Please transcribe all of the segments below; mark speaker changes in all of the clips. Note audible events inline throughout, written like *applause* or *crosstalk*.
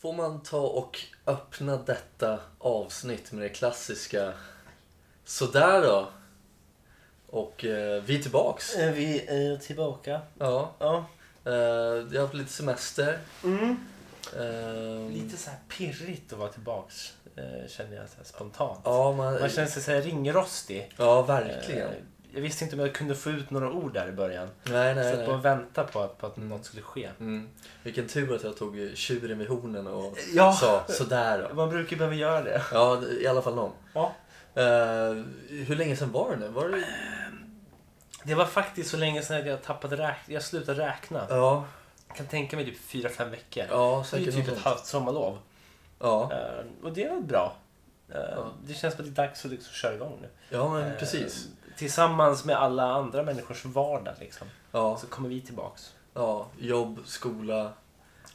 Speaker 1: Får man ta och öppna detta avsnitt med det klassiska Sådär då. Och eh, vi är tillbaks.
Speaker 2: Eh, Vi är tillbaka.
Speaker 1: Ja,
Speaker 2: Ja.
Speaker 1: eh, jag har haft lite semester. Ehm,
Speaker 2: Mm. Lite så här pirrigt att vara tillbaks eh, känner jag så här spontant.
Speaker 1: Ja, man,
Speaker 2: Man känner sig så här ringrostig.
Speaker 1: ja Mm. verkligen.
Speaker 2: Eh, Jag visste inte om jag kunde få ut några ord där i början.
Speaker 1: nej,
Speaker 2: Nej,
Speaker 1: nej,
Speaker 2: så att bara
Speaker 1: nej.
Speaker 2: vänta på att, på att något skulle ske.
Speaker 1: Mm. Vilken tur att jag tog tjuren vid hornen och
Speaker 2: Ja.
Speaker 1: sa sådär då.
Speaker 2: Man brukar ju behöva göra det.
Speaker 1: Ja, i alla fall någon.
Speaker 2: Ja. Eh,
Speaker 1: Eh, hur länge sedan var det nu? Var det...
Speaker 2: Det var faktiskt så länge sedan att jag tappade räkna. Jag slutade räkna.
Speaker 1: Ja,
Speaker 2: Jag kan tänka mig typ 4-5 veckor.
Speaker 1: ja
Speaker 2: det är ju
Speaker 1: säkert
Speaker 2: typ
Speaker 1: något
Speaker 2: ett
Speaker 1: sånt.
Speaker 2: halvt sommarlov.
Speaker 1: Ja,
Speaker 2: Eh, Och det var bra. Eh,
Speaker 1: Ja.
Speaker 2: Det känns som att det är dags att liksom köra igång nu.
Speaker 1: ja men
Speaker 2: Eh,
Speaker 1: precis.
Speaker 2: Tillsammans med alla andra människors vardag liksom.
Speaker 1: Ja,
Speaker 2: Så kommer vi tillbaks.
Speaker 1: ja, jobb, skola,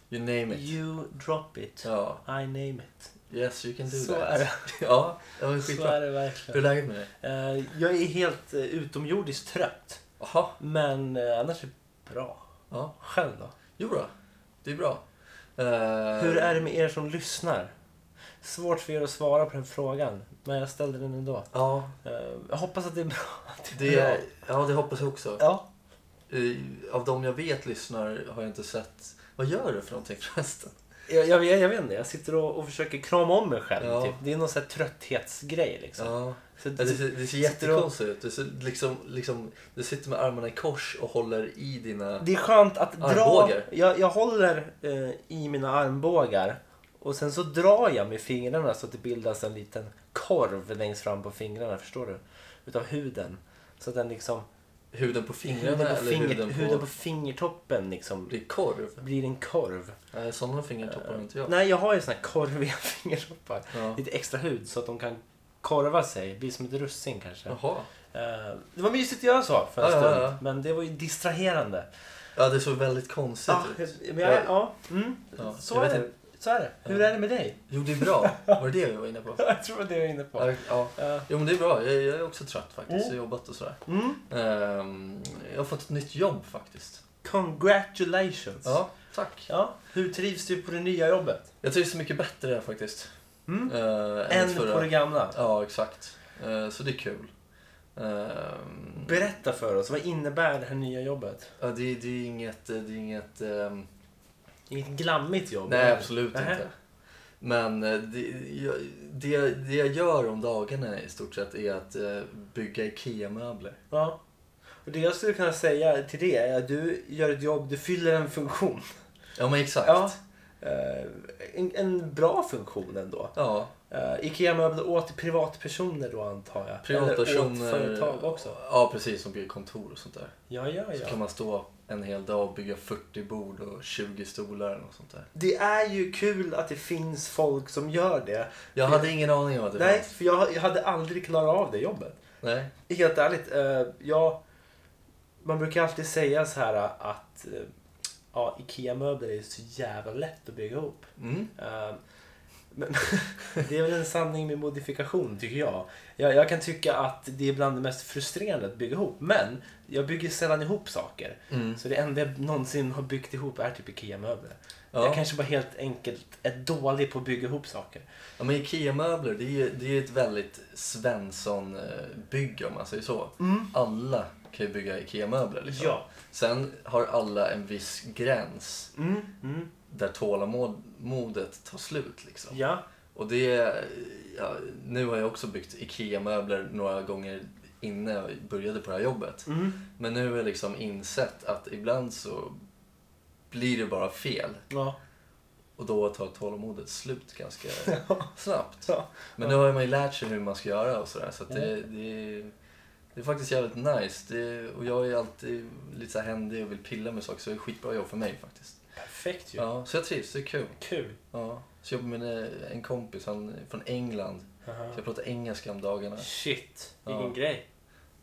Speaker 1: you name it.
Speaker 2: You drop it.
Speaker 1: Ja,
Speaker 2: I name it.
Speaker 1: yes you can do
Speaker 2: Så
Speaker 1: that. *laughs*
Speaker 2: är det.
Speaker 1: Ja, det var
Speaker 2: Så
Speaker 1: skitbra.
Speaker 2: är det
Speaker 1: Hur är
Speaker 2: verkligen.
Speaker 1: läget med dig?
Speaker 2: Eh, Jag är helt eh, utomjordiskt trött.
Speaker 1: Jaha,
Speaker 2: Men eh, annars är det bra.
Speaker 1: ja.
Speaker 2: Själv då?
Speaker 1: Jo då, det är bra. Eh,
Speaker 2: Hur är det med er som lyssnar? Svårt för er att svara på den frågan. Men jag ställde den ändå.
Speaker 1: Ja,
Speaker 2: Eh, Jag hoppas att det är bra. att
Speaker 1: det, är, ja, det hoppas jag också.
Speaker 2: Ja.
Speaker 1: Eh, Av de jag vet lyssnar har jag inte sett... Vad gör du för någonting förresten?
Speaker 2: Jag, jag, jag, jag vet inte. Jag sitter och, och försöker krama om mig själv.
Speaker 1: Ja.
Speaker 2: Typ. Det är någon sån här trötthetsgrej liksom.
Speaker 1: Ja.
Speaker 2: Så,
Speaker 1: Ja, det, ser, det ser
Speaker 2: Sitter och-
Speaker 1: jättekonstigt ut. Du, ser, liksom, liksom, du sitter med armarna i kors och håller i dina...
Speaker 2: Det är skönt att dra.
Speaker 1: Armbågar.
Speaker 2: Jag, jag håller eh, i mina armbågar och sen så drar jag med fingrarna så att det bildas en liten korv längst fram på fingrarna, förstår du? Utav huden. Så att den liksom...
Speaker 1: Huden på fingrarna
Speaker 2: Huden på,
Speaker 1: eller
Speaker 2: finger,
Speaker 1: huden på...
Speaker 2: fingertoppen liksom
Speaker 1: Det är korv.
Speaker 2: blir en korv. Eh,
Speaker 1: Nej, sådana fingertoppar har inte jag.
Speaker 2: Nej, jag har ju såna här korviga *laughs* fingertoppar.
Speaker 1: Ja.
Speaker 2: Lite extra hud så att de kan korva sig, bli som ett russin kanske.
Speaker 1: Jaha.
Speaker 2: Eh, det var mysigt att göra så för en
Speaker 1: Ja, ja,
Speaker 2: stund,
Speaker 1: ja.
Speaker 2: men det var ju distraherande.
Speaker 1: Ja, det såg väldigt konstigt
Speaker 2: Ja,
Speaker 1: ut.
Speaker 2: men jag, ja. Mm.
Speaker 1: Ja,
Speaker 2: Så,
Speaker 1: jag
Speaker 2: är
Speaker 1: vet
Speaker 2: det. så är det. Hur är det med dig?
Speaker 1: Jo, det är bra. Var det det vi var inne på?
Speaker 2: jag tror att det är jag inne på.
Speaker 1: Ja, ja.
Speaker 2: Eh,
Speaker 1: Jo, men det är bra. Jag, jag är också trött faktiskt.
Speaker 2: Mm.
Speaker 1: Jag har jobbat och sådär.
Speaker 2: Mm.
Speaker 1: Ehm, jag har fått ett nytt jobb faktiskt.
Speaker 2: Congratulations.
Speaker 1: Ja, tack.
Speaker 2: Ja. Hur trivs du på det nya jobbet?
Speaker 1: Jag trivs mycket bättre faktiskt.
Speaker 2: Mm.
Speaker 1: Uh,
Speaker 2: Än på det gamla?
Speaker 1: Ja, exakt. Eh, så det är kul. Ehm,
Speaker 2: Berätta för oss, vad innebär det här nya jobbet?
Speaker 1: Ja, det, det är inget... Det är inget ehm,
Speaker 2: Inget glammigt jobb?
Speaker 1: nej,
Speaker 2: eller?
Speaker 1: absolut
Speaker 2: Nähä.
Speaker 1: inte. Men eh, det jag, det, det jag gör om dagarna i stort sett är att eh, bygga IKEA-möbler.
Speaker 2: Ja. Och det jag skulle kunna säga till det är att du gör ett jobb, du fyller en funktion.
Speaker 1: Ja, men exakt.
Speaker 2: Ja. Eh, en, en bra funktion ändå.
Speaker 1: Ja,
Speaker 2: Uh, Ikea-möbler åt privatpersoner då antar jag? Eller
Speaker 1: privatpersoner.
Speaker 2: åt företag också?
Speaker 1: Ja, precis. Som bygger kontor och sånt där.
Speaker 2: Ja, ja,
Speaker 1: Så
Speaker 2: ja.
Speaker 1: kan man stå en hel dag och bygga 40 bord och 20 stolar och sånt där.
Speaker 2: Det är ju kul att det finns folk som gör det.
Speaker 1: Jag
Speaker 2: För-
Speaker 1: hade ingen aning om att det
Speaker 2: Nej,
Speaker 1: fanns.
Speaker 2: för jag, jag hade aldrig klarat av det jobbet.
Speaker 1: Nej.
Speaker 2: Helt ärligt, eh, jag... Man brukar alltid säga så här eh, att eh, ja, Ikea-möbler är så jävla lätt att bygga ihop.
Speaker 1: Mm.
Speaker 2: Eh, Men *laughs* det är väl en sanning med modifikation tycker jag. jag. Jag kan tycka att det är bland det mest frustrerande att bygga ihop. Men jag bygger sällan ihop saker.
Speaker 1: Mm.
Speaker 2: Så det enda jag någonsin har byggt ihop är typ IKEA-möbler.
Speaker 1: Ja.
Speaker 2: Jag kanske bara helt enkelt är dålig på att bygga ihop saker.
Speaker 1: Ja, men IKEA-möbler, det är ju det är ju ett väldigt Svensson-bygge om man säger så.
Speaker 2: Mm.
Speaker 1: Alla kan ju bygga IKEA-möbler. Liksom.
Speaker 2: Ja.
Speaker 1: Sen har alla en viss gräns
Speaker 2: Mm. Mm.
Speaker 1: där tålamodet tar slut. Liksom.
Speaker 2: Ja.
Speaker 1: Och det, ja, nu har jag också byggt IKEA-möbler några gånger innan jag började på det här jobbet.
Speaker 2: Mm.
Speaker 1: Men nu har jag liksom insett att ibland så blir det bara fel.
Speaker 2: ja.
Speaker 1: Och då tar tålamodet slut ganska snabbt.
Speaker 2: *laughs* Ja.
Speaker 1: Men nu har man ju lärt sig hur man ska göra och sådär. Så att det, det, är- det är faktiskt jävligt nice. Det, och jag är alltid lite så här händig och vill pilla med saker. Så det är skitbra jobb för mig faktiskt.
Speaker 2: Perfekt ju.
Speaker 1: Ja, så jag trivs, det är kul.
Speaker 2: Kul.
Speaker 1: Ja. Så jag jobbar med en- en kompis, han är från England. Så jag pratar engelska om dagarna.
Speaker 2: Typ. Shit, vilken
Speaker 1: Ja.
Speaker 2: grej.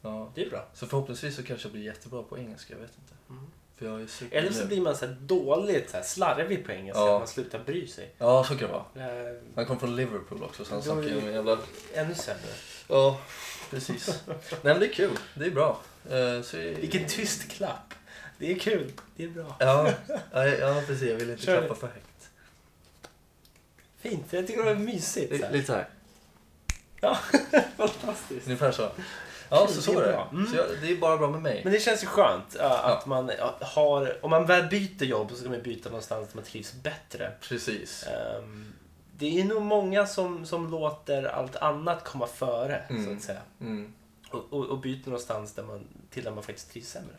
Speaker 1: Ja.
Speaker 2: Det är bra.
Speaker 1: Så förhoppningsvis så kanske jag blir jättebra på engelska, jag vet inte.
Speaker 2: Mm.
Speaker 1: För jag är super
Speaker 2: Eller så blir man så här dåligt så här slarvig på engelska,
Speaker 1: Ja.
Speaker 2: att man slutar bry sig.
Speaker 1: Ja, så kan det vara.
Speaker 2: Eh,
Speaker 1: Han kom från Liverpool också så han
Speaker 2: Då är
Speaker 1: snackar ju
Speaker 2: det-
Speaker 1: med jävla
Speaker 2: Ännu sämre.
Speaker 1: Ja,
Speaker 2: *laughs*
Speaker 1: precis. Nej men det är kul, det är bra. Eh, Så...
Speaker 2: Vilken tyst klapp. Det är kul. Det är bra.
Speaker 1: Ja, ja, ja precis. Jag vill inte
Speaker 2: Kör.
Speaker 1: klappa för högt.
Speaker 2: Fint, jag tycker det är mysigt. så
Speaker 1: Lite,
Speaker 2: här.
Speaker 1: lite så här.
Speaker 2: Ja, fantastiskt.
Speaker 1: Ungefär så. Ja, så så
Speaker 2: Det
Speaker 1: är
Speaker 2: är
Speaker 1: det.
Speaker 2: bra. Mm.
Speaker 1: Så jag, det är bara bra med mig.
Speaker 2: Men det känns ju skönt ja, att man ja, har, om man väl byter jobb så ska man byta någonstans där man trivs bättre.
Speaker 1: Precis.
Speaker 2: Ehm, det är nog många som, som låter allt annat komma före, så
Speaker 1: Mm.
Speaker 2: att säga.
Speaker 1: Mm.
Speaker 2: Och, och, och byter någonstans där man, till där man faktiskt trivs sämre.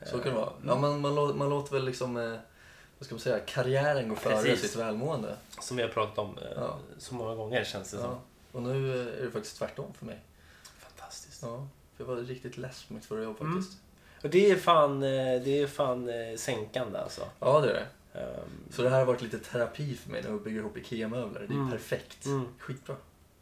Speaker 2: Eh,
Speaker 1: Så kan det vara.
Speaker 2: Mm.
Speaker 1: Ja, man, man, lå- man låter väl liksom, eh, vad ska man säga, karriären gå före
Speaker 2: Precis.
Speaker 1: sitt välmående.
Speaker 2: Som vi har pratat om eh,
Speaker 1: Ja.
Speaker 2: så många gånger känns det som.
Speaker 1: Ja. Och nu eh, är det faktiskt tvärtom för mig.
Speaker 2: Fantastiskt.
Speaker 1: Ja. För jag var riktigt less på mitt förra jobb
Speaker 2: Mm.
Speaker 1: faktiskt.
Speaker 2: Och det är fan, eh, det är fan eh, sänkande alltså.
Speaker 1: Ja, det är det.
Speaker 2: Ehm,
Speaker 1: Så det här har varit lite terapi för mig när jag bygger ihop IKEA-möbler. Det är
Speaker 2: Mm.
Speaker 1: perfekt.
Speaker 2: Mm.
Speaker 1: Skitbra.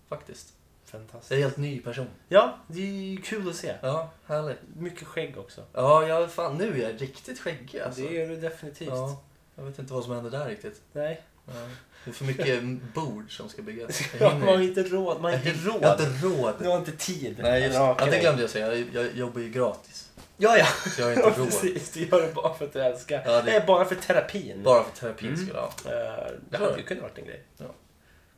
Speaker 1: Faktiskt.
Speaker 2: fantastiskt.
Speaker 1: Jag är en helt ny person.
Speaker 2: Ja, det är ju kul att se.
Speaker 1: Ja, härligt.
Speaker 2: Mycket skägg också.
Speaker 1: Ja, jag, fan nu är jag riktigt skäggig alltså.
Speaker 2: Det är du definitivt.
Speaker 1: Ja, jag vet inte vad som händer där riktigt.
Speaker 2: Nej.
Speaker 1: Ja. Det är för mycket
Speaker 2: *laughs*
Speaker 1: bord som ska byggas. Jag
Speaker 2: Man
Speaker 1: hinner
Speaker 2: har inte råd. Man har inte
Speaker 1: Jag har
Speaker 2: råd.
Speaker 1: inte råd.
Speaker 2: Du har inte tid.
Speaker 1: Nej, just,
Speaker 2: Ja,
Speaker 1: ja,
Speaker 2: okej.
Speaker 1: det glömde jag säga. Jag, jag jobbar ju gratis.
Speaker 2: Ja, ja.
Speaker 1: Så jag har
Speaker 2: *laughs* ja
Speaker 1: inte råd.
Speaker 2: precis. Du gör det bara för att du älskar.
Speaker 1: Ja, det-
Speaker 2: Nej, bara för terapin.
Speaker 1: Bara för terapins
Speaker 2: Mm.
Speaker 1: skull. Ja.
Speaker 2: Eh, det hade ju kunnat varit en grej.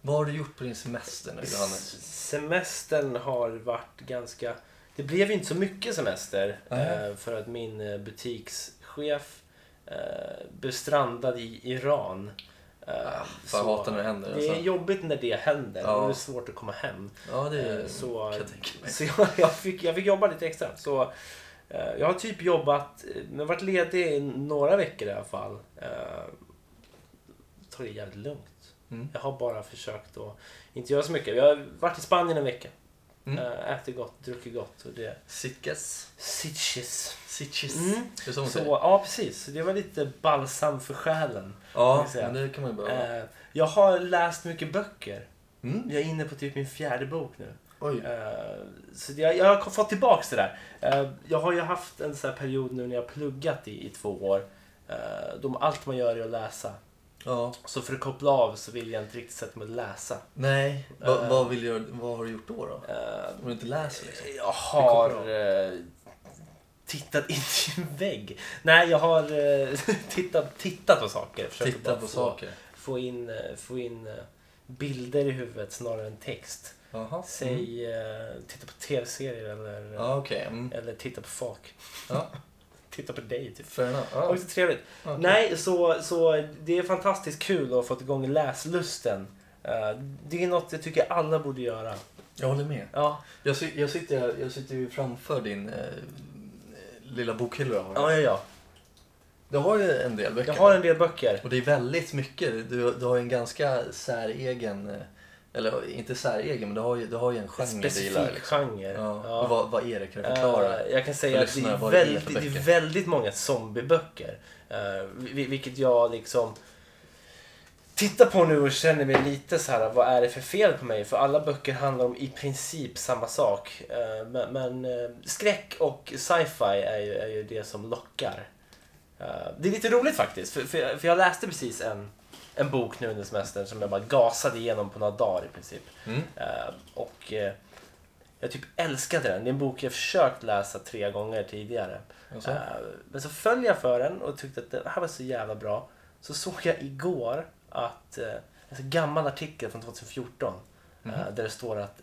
Speaker 1: Vad har du gjort på din semester nu, Johannes?
Speaker 2: S- Semestern har varit ganska... Det blev ju inte så mycket semester
Speaker 1: Nej.
Speaker 2: eh, för att min eh, butikschef eh, blev strandad i Iran. Eh,
Speaker 1: Ah, fan, jag hatar när det händer,
Speaker 2: Det är
Speaker 1: alltså.
Speaker 2: jobbigt när det händer
Speaker 1: Ja.
Speaker 2: och det är svårt att komma hem.
Speaker 1: Ja, det
Speaker 2: Eh, så-
Speaker 1: kan jag tänka mig.
Speaker 2: *laughs* Så jag, jag, fick, jag fick jobba lite extra. Så, eh, jag har typ jobbat, eh, men varit ledig i några veckor i alla fall. Eh, tar det jävligt lugnt.
Speaker 1: Mm.
Speaker 2: Jag har bara försökt att inte göra så mycket. Jag har varit i Spanien en vecka.
Speaker 1: Mm.
Speaker 2: Eh, ätit gott, druckit gott och det...
Speaker 1: Sitches.
Speaker 2: Sitches.
Speaker 1: Sitches.
Speaker 2: Mm.
Speaker 1: Det är så man
Speaker 2: Så,
Speaker 1: säger.
Speaker 2: ja precis. Det var lite balsam för själen. kan
Speaker 1: Ja,
Speaker 2: vi säga.
Speaker 1: men det kan man ju behöva.
Speaker 2: Eh, jag har läst mycket böcker.
Speaker 1: Mm.
Speaker 2: Jag är inne på typ min fjärde bok nu.
Speaker 1: Oj.
Speaker 2: Eh, Så jag, jag har fått tillbaka det där. Eh, Jag har ju haft en sån här period nu när jag har pluggat i, i två år. Eh, De, allt man gör är att läsa.
Speaker 1: Ja.
Speaker 2: Så för att koppla av så vill jag inte riktigt sätta mig och läsa.
Speaker 1: Nej, Va,
Speaker 2: Eh.
Speaker 1: vad, vill jag, vad har du gjort då? då?
Speaker 2: Eh,
Speaker 1: Om du inte läser liksom?
Speaker 2: Jag
Speaker 1: Det
Speaker 2: har
Speaker 1: kopplar
Speaker 2: eh, tittat *laughs* in i en vägg. Nej, jag har eh, *laughs* tittat, tittat på saker. Försöker
Speaker 1: Titta
Speaker 2: bara
Speaker 1: på
Speaker 2: få,
Speaker 1: saker.
Speaker 2: Få in, eh, få in eh, bilder i huvudet snarare än text.
Speaker 1: Jaha. Mm.
Speaker 2: Säg eh, titta på tv-serier eller, eh,
Speaker 1: Ja, okej. Mm.
Speaker 2: eller titta på folk.
Speaker 1: Ja,
Speaker 2: *laughs* titta på dig typ.
Speaker 1: fair enough. Ja,
Speaker 2: Också trevligt.
Speaker 1: okej.
Speaker 2: Nej, så, så det är fantastiskt kul att ha fått igång läslusten. Eh, Det är något jag tycker alla borde göra.
Speaker 1: Jag håller med.
Speaker 2: Ja,
Speaker 1: Jag, si- jag, sitter, här- jag sitter ju framför din eh, lilla bokhylla jag har.
Speaker 2: ja, ja. ja.
Speaker 1: Du har ju en del böcker.
Speaker 2: Jag har en del böcker.
Speaker 1: Och det är väldigt mycket. Du, du har ju en ganska säregen, eh, eller inte säregen, men du har ju, du har ju en
Speaker 2: En
Speaker 1: genre du
Speaker 2: specifik
Speaker 1: gillar. Liksom.
Speaker 2: genre.
Speaker 1: Ja.
Speaker 2: Ja.
Speaker 1: Och vad, vad är det? Kan du förklara?
Speaker 2: Eh, jag kan säga
Speaker 1: för
Speaker 2: att det
Speaker 1: lyssnarna
Speaker 2: är,
Speaker 1: vad det är för
Speaker 2: väldigt, det är
Speaker 1: böcker.
Speaker 2: väldigt många zombieböcker. Eh, vi- vilket jag liksom tittar på nu och känner mig lite så här, vad är det för fel på mig? För alla böcker handlar om i princip samma sak. Eh, men men eh, skräck och sci-fi är ju, är ju det som lockar. Eh, det är lite roligt faktiskt, för, för, för jag läste precis en, en bok nu under semestern som jag bara gasade igenom på några dagar i princip.
Speaker 1: Mm.
Speaker 2: Eh, och eh, jag typ älskade den. Det är en bok jag försökt läsa tre gånger tidigare.
Speaker 1: Alltså?
Speaker 2: Eh, men så följde jag för den och tyckte att det här var så jävla bra. Så såg jag igår att eh, en sån gammal artikel från 2014 eh, där det står att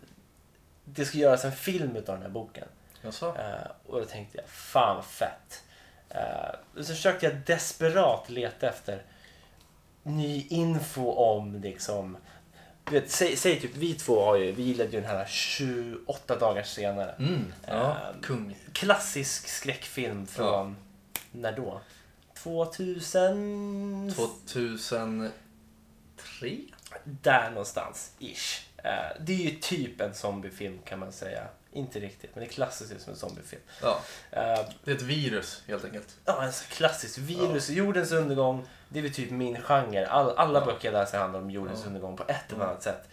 Speaker 2: det ska göras en film utav den här boken.
Speaker 1: Jaså?
Speaker 2: Eh, och då tänkte jag, fan vad fett. Eh, och så försökte jag desperat leta efter ny info om liksom... Du vet, säg, säg typ, vi två har ju, vi gillade ju den här 28 dagar senare.
Speaker 1: Mm. Ja,
Speaker 2: Ehm,
Speaker 1: kung.
Speaker 2: Klassisk skräckfilm från, när då? 2000?
Speaker 1: 2003?
Speaker 2: Där någonstans, ish. Eh, det är ju typ en zombiefilm kan man säga. Inte riktigt, men det klassas ju som en zombiefilm.
Speaker 1: Ja,
Speaker 2: Eh,
Speaker 1: det är ett virus helt enkelt.
Speaker 2: Ja, en sån klassisk virus. Jordens undergång, det är väl typ min genre. All, alla böcker jag läser handlar om jordens
Speaker 1: Ja.
Speaker 2: undergång på ett eller annat sätt.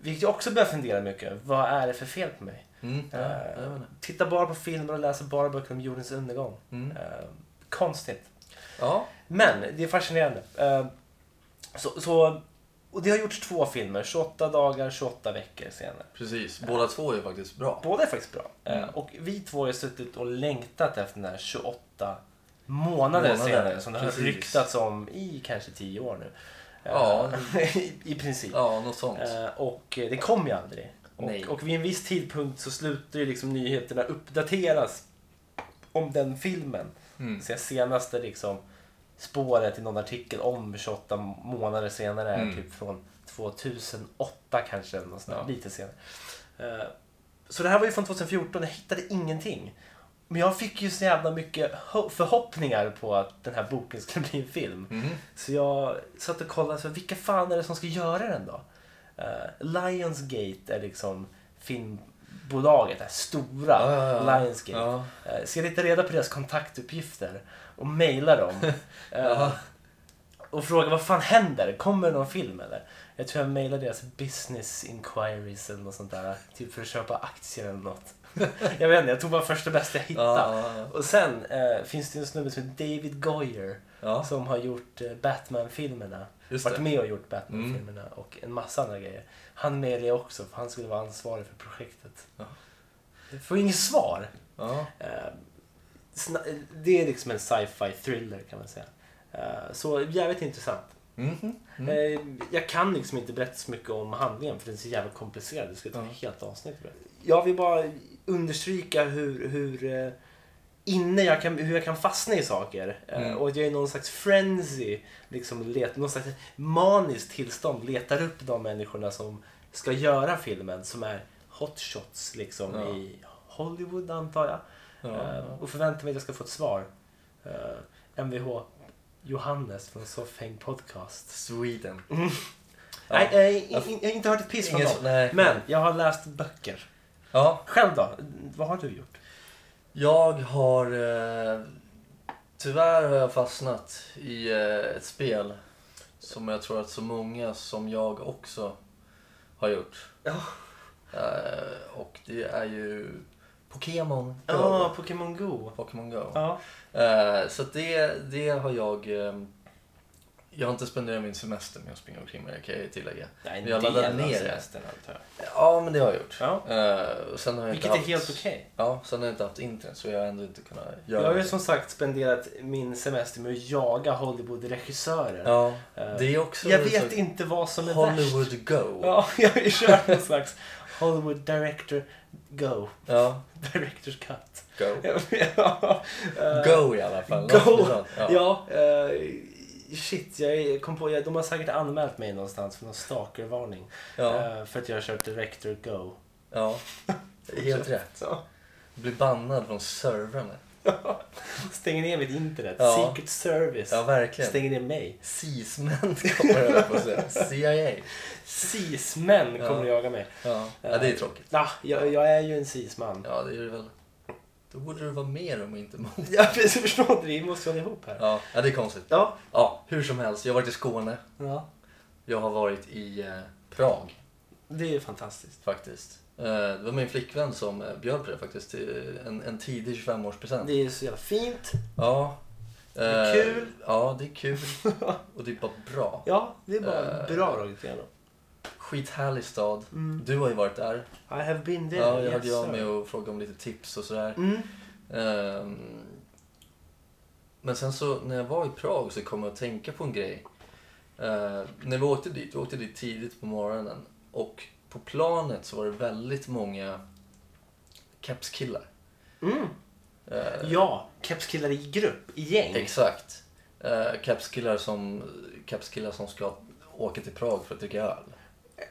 Speaker 2: Vilket jag också börjar fundera mycket över. Vad är det för fel på mig?
Speaker 1: Mm. Ja,
Speaker 2: Eh,
Speaker 1: jag vet inte.
Speaker 2: Titta bara på filmer och läser bara böcker om jordens undergång.
Speaker 1: Mm.
Speaker 2: Eh, konstigt.
Speaker 1: ja.
Speaker 2: Men det är fascinerande. Eh, så, så, och det har gjorts två filmer. 28 dagar, 28 veckor senare.
Speaker 1: precis. Båda två är faktiskt bra.
Speaker 2: Båda är faktiskt bra. Eh,
Speaker 1: Mm.
Speaker 2: Och vi två har suttit och längtat efter den här 28 månader,
Speaker 1: Månader,
Speaker 2: senare som det har
Speaker 1: precis.
Speaker 2: ryktats om i kanske 10 år nu.
Speaker 1: Ja.
Speaker 2: Eh, *laughs* I, I princip.
Speaker 1: Ja, något sånt.
Speaker 2: Eh, Och eh, det kom ju aldrig.
Speaker 1: Nej.
Speaker 2: Och, och vid en viss tidpunkt så slutar ju liksom nyheterna uppdateras om den filmen.
Speaker 1: Mm.
Speaker 2: Så jag senaste liksom spåret i någon artikel om 28 månader senare är
Speaker 1: Mm.
Speaker 2: typ från 2008 kanske. Eller något sånt där,
Speaker 1: Ja.
Speaker 2: Lite senare. Eh, Så det här var ju från 2014, jag hittade ingenting. Men jag fick ju så jävla mycket ho- förhoppningar på att den här boken skulle bli en film.
Speaker 1: Mhm.
Speaker 2: Så jag satt och kollade, så vilka fan är det som ska göra den då? Eh, Lionsgate är liksom filmbolaget, det här stora
Speaker 1: Ja, ja, ja.
Speaker 2: Lionsgate.
Speaker 1: Ja.
Speaker 2: Eh, Så jag letade reda på deras kontaktuppgifter och mejlade
Speaker 1: *laughs*
Speaker 2: dem. Eh,
Speaker 1: Jaha.
Speaker 2: och frågade vad fan händer? Kommer det någon film eller? Jag tror jag mejlade deras business inquiries eller något sånt där. Typ för att köpa aktier eller något. *laughs* jag vet inte, jag tog bara första bästa jag hittade.
Speaker 1: Ja, ja, ja.
Speaker 2: Och sen eh, finns det ju en snubbe som heter David Goyer
Speaker 1: Ja.
Speaker 2: som har gjort eh, Batman-filmerna.
Speaker 1: Just
Speaker 2: Varit
Speaker 1: det. Mm.
Speaker 2: med och gjort Batman-filmerna och en massa andra grejer. Han med det också för han skulle vara ansvarig för projektet.
Speaker 1: Ja.
Speaker 2: Jag får inget svar.
Speaker 1: Ja.
Speaker 2: Eh, sna- det är liksom en sci-fi thriller kan man säga. Eh, så jävligt intressant.
Speaker 1: Mhm. Mm.
Speaker 2: Eh, jag kan liksom inte berätta så mycket om handlingen för den är så jävla komplicerad. Det skulle ta
Speaker 1: Ja.
Speaker 2: ett helt avsnitt. för det. Jag vill bara understryka hur, hur eh, inne jag kan, hur jag kan fastna i saker. Eh,
Speaker 1: Mm.
Speaker 2: Och att jag i någon slags frenzy, liksom let, någon slags maniskt tillstånd letar upp de människorna som ska göra filmen. Som är hotshots liksom
Speaker 1: Ja.
Speaker 2: i Hollywood antar jag.
Speaker 1: Ja.
Speaker 2: Eh, och förväntar mig att jag ska få ett svar. Eh, Mvh Johannes från Soffhäng Podcast.
Speaker 1: Sweden.
Speaker 2: Nej,
Speaker 1: Ja.
Speaker 2: eh, in, in, jag har inte hört ett piss från
Speaker 1: Inget
Speaker 2: dem.
Speaker 1: så- nej.
Speaker 2: Men jag har läst böcker.
Speaker 1: Ja.
Speaker 2: Själv då? Vad har du gjort?
Speaker 1: Jag har... Eh, tyvärr har jag fastnat i eh, ett spel som jag tror att så många som jag också har gjort.
Speaker 2: Ja.
Speaker 1: Eh, och det är ju Pokémon Go.
Speaker 2: Ja, Pokémon Go.
Speaker 1: Pokémon Go.
Speaker 2: Ja.
Speaker 1: Eh, så att det, det har jag... Eh, jag har inte spenderat min semester med att springa omkring med det kan jag ju tillägga.
Speaker 2: Nej,
Speaker 1: Men jag laddade ner det.
Speaker 2: resten antar jag.
Speaker 1: Ja, men det har jag gjort.
Speaker 2: Ja.
Speaker 1: Eh, och sen har jag
Speaker 2: Vilket är
Speaker 1: inte haft,
Speaker 2: helt okej.
Speaker 1: Ja, sen har jag inte haft internet så jag har ändå inte kunnat göra
Speaker 2: Jag har ju
Speaker 1: någonting.
Speaker 2: som sagt spenderat min semester med att jaga Hollywood-regissörer.
Speaker 1: Ja,
Speaker 2: Eh,
Speaker 1: det är också...
Speaker 2: jag
Speaker 1: en
Speaker 2: vet
Speaker 1: sak-
Speaker 2: inte vad som är värst.
Speaker 1: Hollywood Go. Ja.
Speaker 2: Ja, *laughs* jag har ju kört någon slags Hollywood Director Go. Director's Cut.
Speaker 1: Go.
Speaker 2: *laughs* ja. eh,
Speaker 1: Go i alla fall.
Speaker 2: Go!
Speaker 1: Något sånt, Ja.
Speaker 2: Ja, eh, shit. Jag är- kom på, jag, de har säkert anmält mig någonstans för någon stalkervarning.
Speaker 1: Ja.
Speaker 2: Eh, för att jag har kört Director Go.
Speaker 1: ja. Helt rätt.
Speaker 2: Så.
Speaker 1: Bli bannad från servrarna.
Speaker 2: Stänger ner mitt internet.
Speaker 1: Ja.
Speaker 2: Secret Service.
Speaker 1: Ja, verkligen.
Speaker 2: Stänger ner mig.
Speaker 1: Cismän *laughs* kommer jag höll på att säga. CIA.
Speaker 2: Cis-män kommer
Speaker 1: Ja.
Speaker 2: att jaga mig.
Speaker 1: Ja. ja, det är tråkigt.
Speaker 2: Ja, jag, jag är ju en cis-man.
Speaker 1: Ja, det är det väl. Då borde du vara med dem och inte mot.
Speaker 2: Ja, precis. Jag förstår inte. Vi måste hålla ihop här.
Speaker 1: Ja, ja, det är konstigt.
Speaker 2: Ja.
Speaker 1: Ja, hur som helst. Jag har varit i Skåne.
Speaker 2: ja.
Speaker 1: Jag har varit i eh, Prag.
Speaker 2: Det är ju fantastiskt.
Speaker 1: Faktiskt. Eh, Det var min flickvän som eh, bjöd på det faktiskt. till En, en tidig 25-årspresent.
Speaker 2: Det är ju så jävla fint.
Speaker 1: Ja.
Speaker 2: är
Speaker 1: Eh,
Speaker 2: kul.
Speaker 1: Ja, det är kul.
Speaker 2: *laughs*
Speaker 1: Och det är bara bra.
Speaker 2: Ja, det är bara
Speaker 1: Eh.
Speaker 2: bra rakt igenom.
Speaker 1: Skithärlig stad.
Speaker 2: Mm.
Speaker 1: Du har ju varit där.
Speaker 2: I have been there.
Speaker 1: Ja, jag hade jag
Speaker 2: sir.
Speaker 1: med och frågade om lite tips och sådär.
Speaker 2: Mm.
Speaker 1: Ehm, Men sen så när jag var i Prag så kom jag att tänka på en grej. Eh, när vi åkte dit, vi åkte dit tidigt på morgonen och på planet så var det väldigt många kepskillar.
Speaker 2: Mm.
Speaker 1: Eh,
Speaker 2: Ja, kepskillar i grupp, i gäng.
Speaker 1: Exakt. Eh, Kapskillar som, kapskillar som ska åka till Prag för att dricka öl.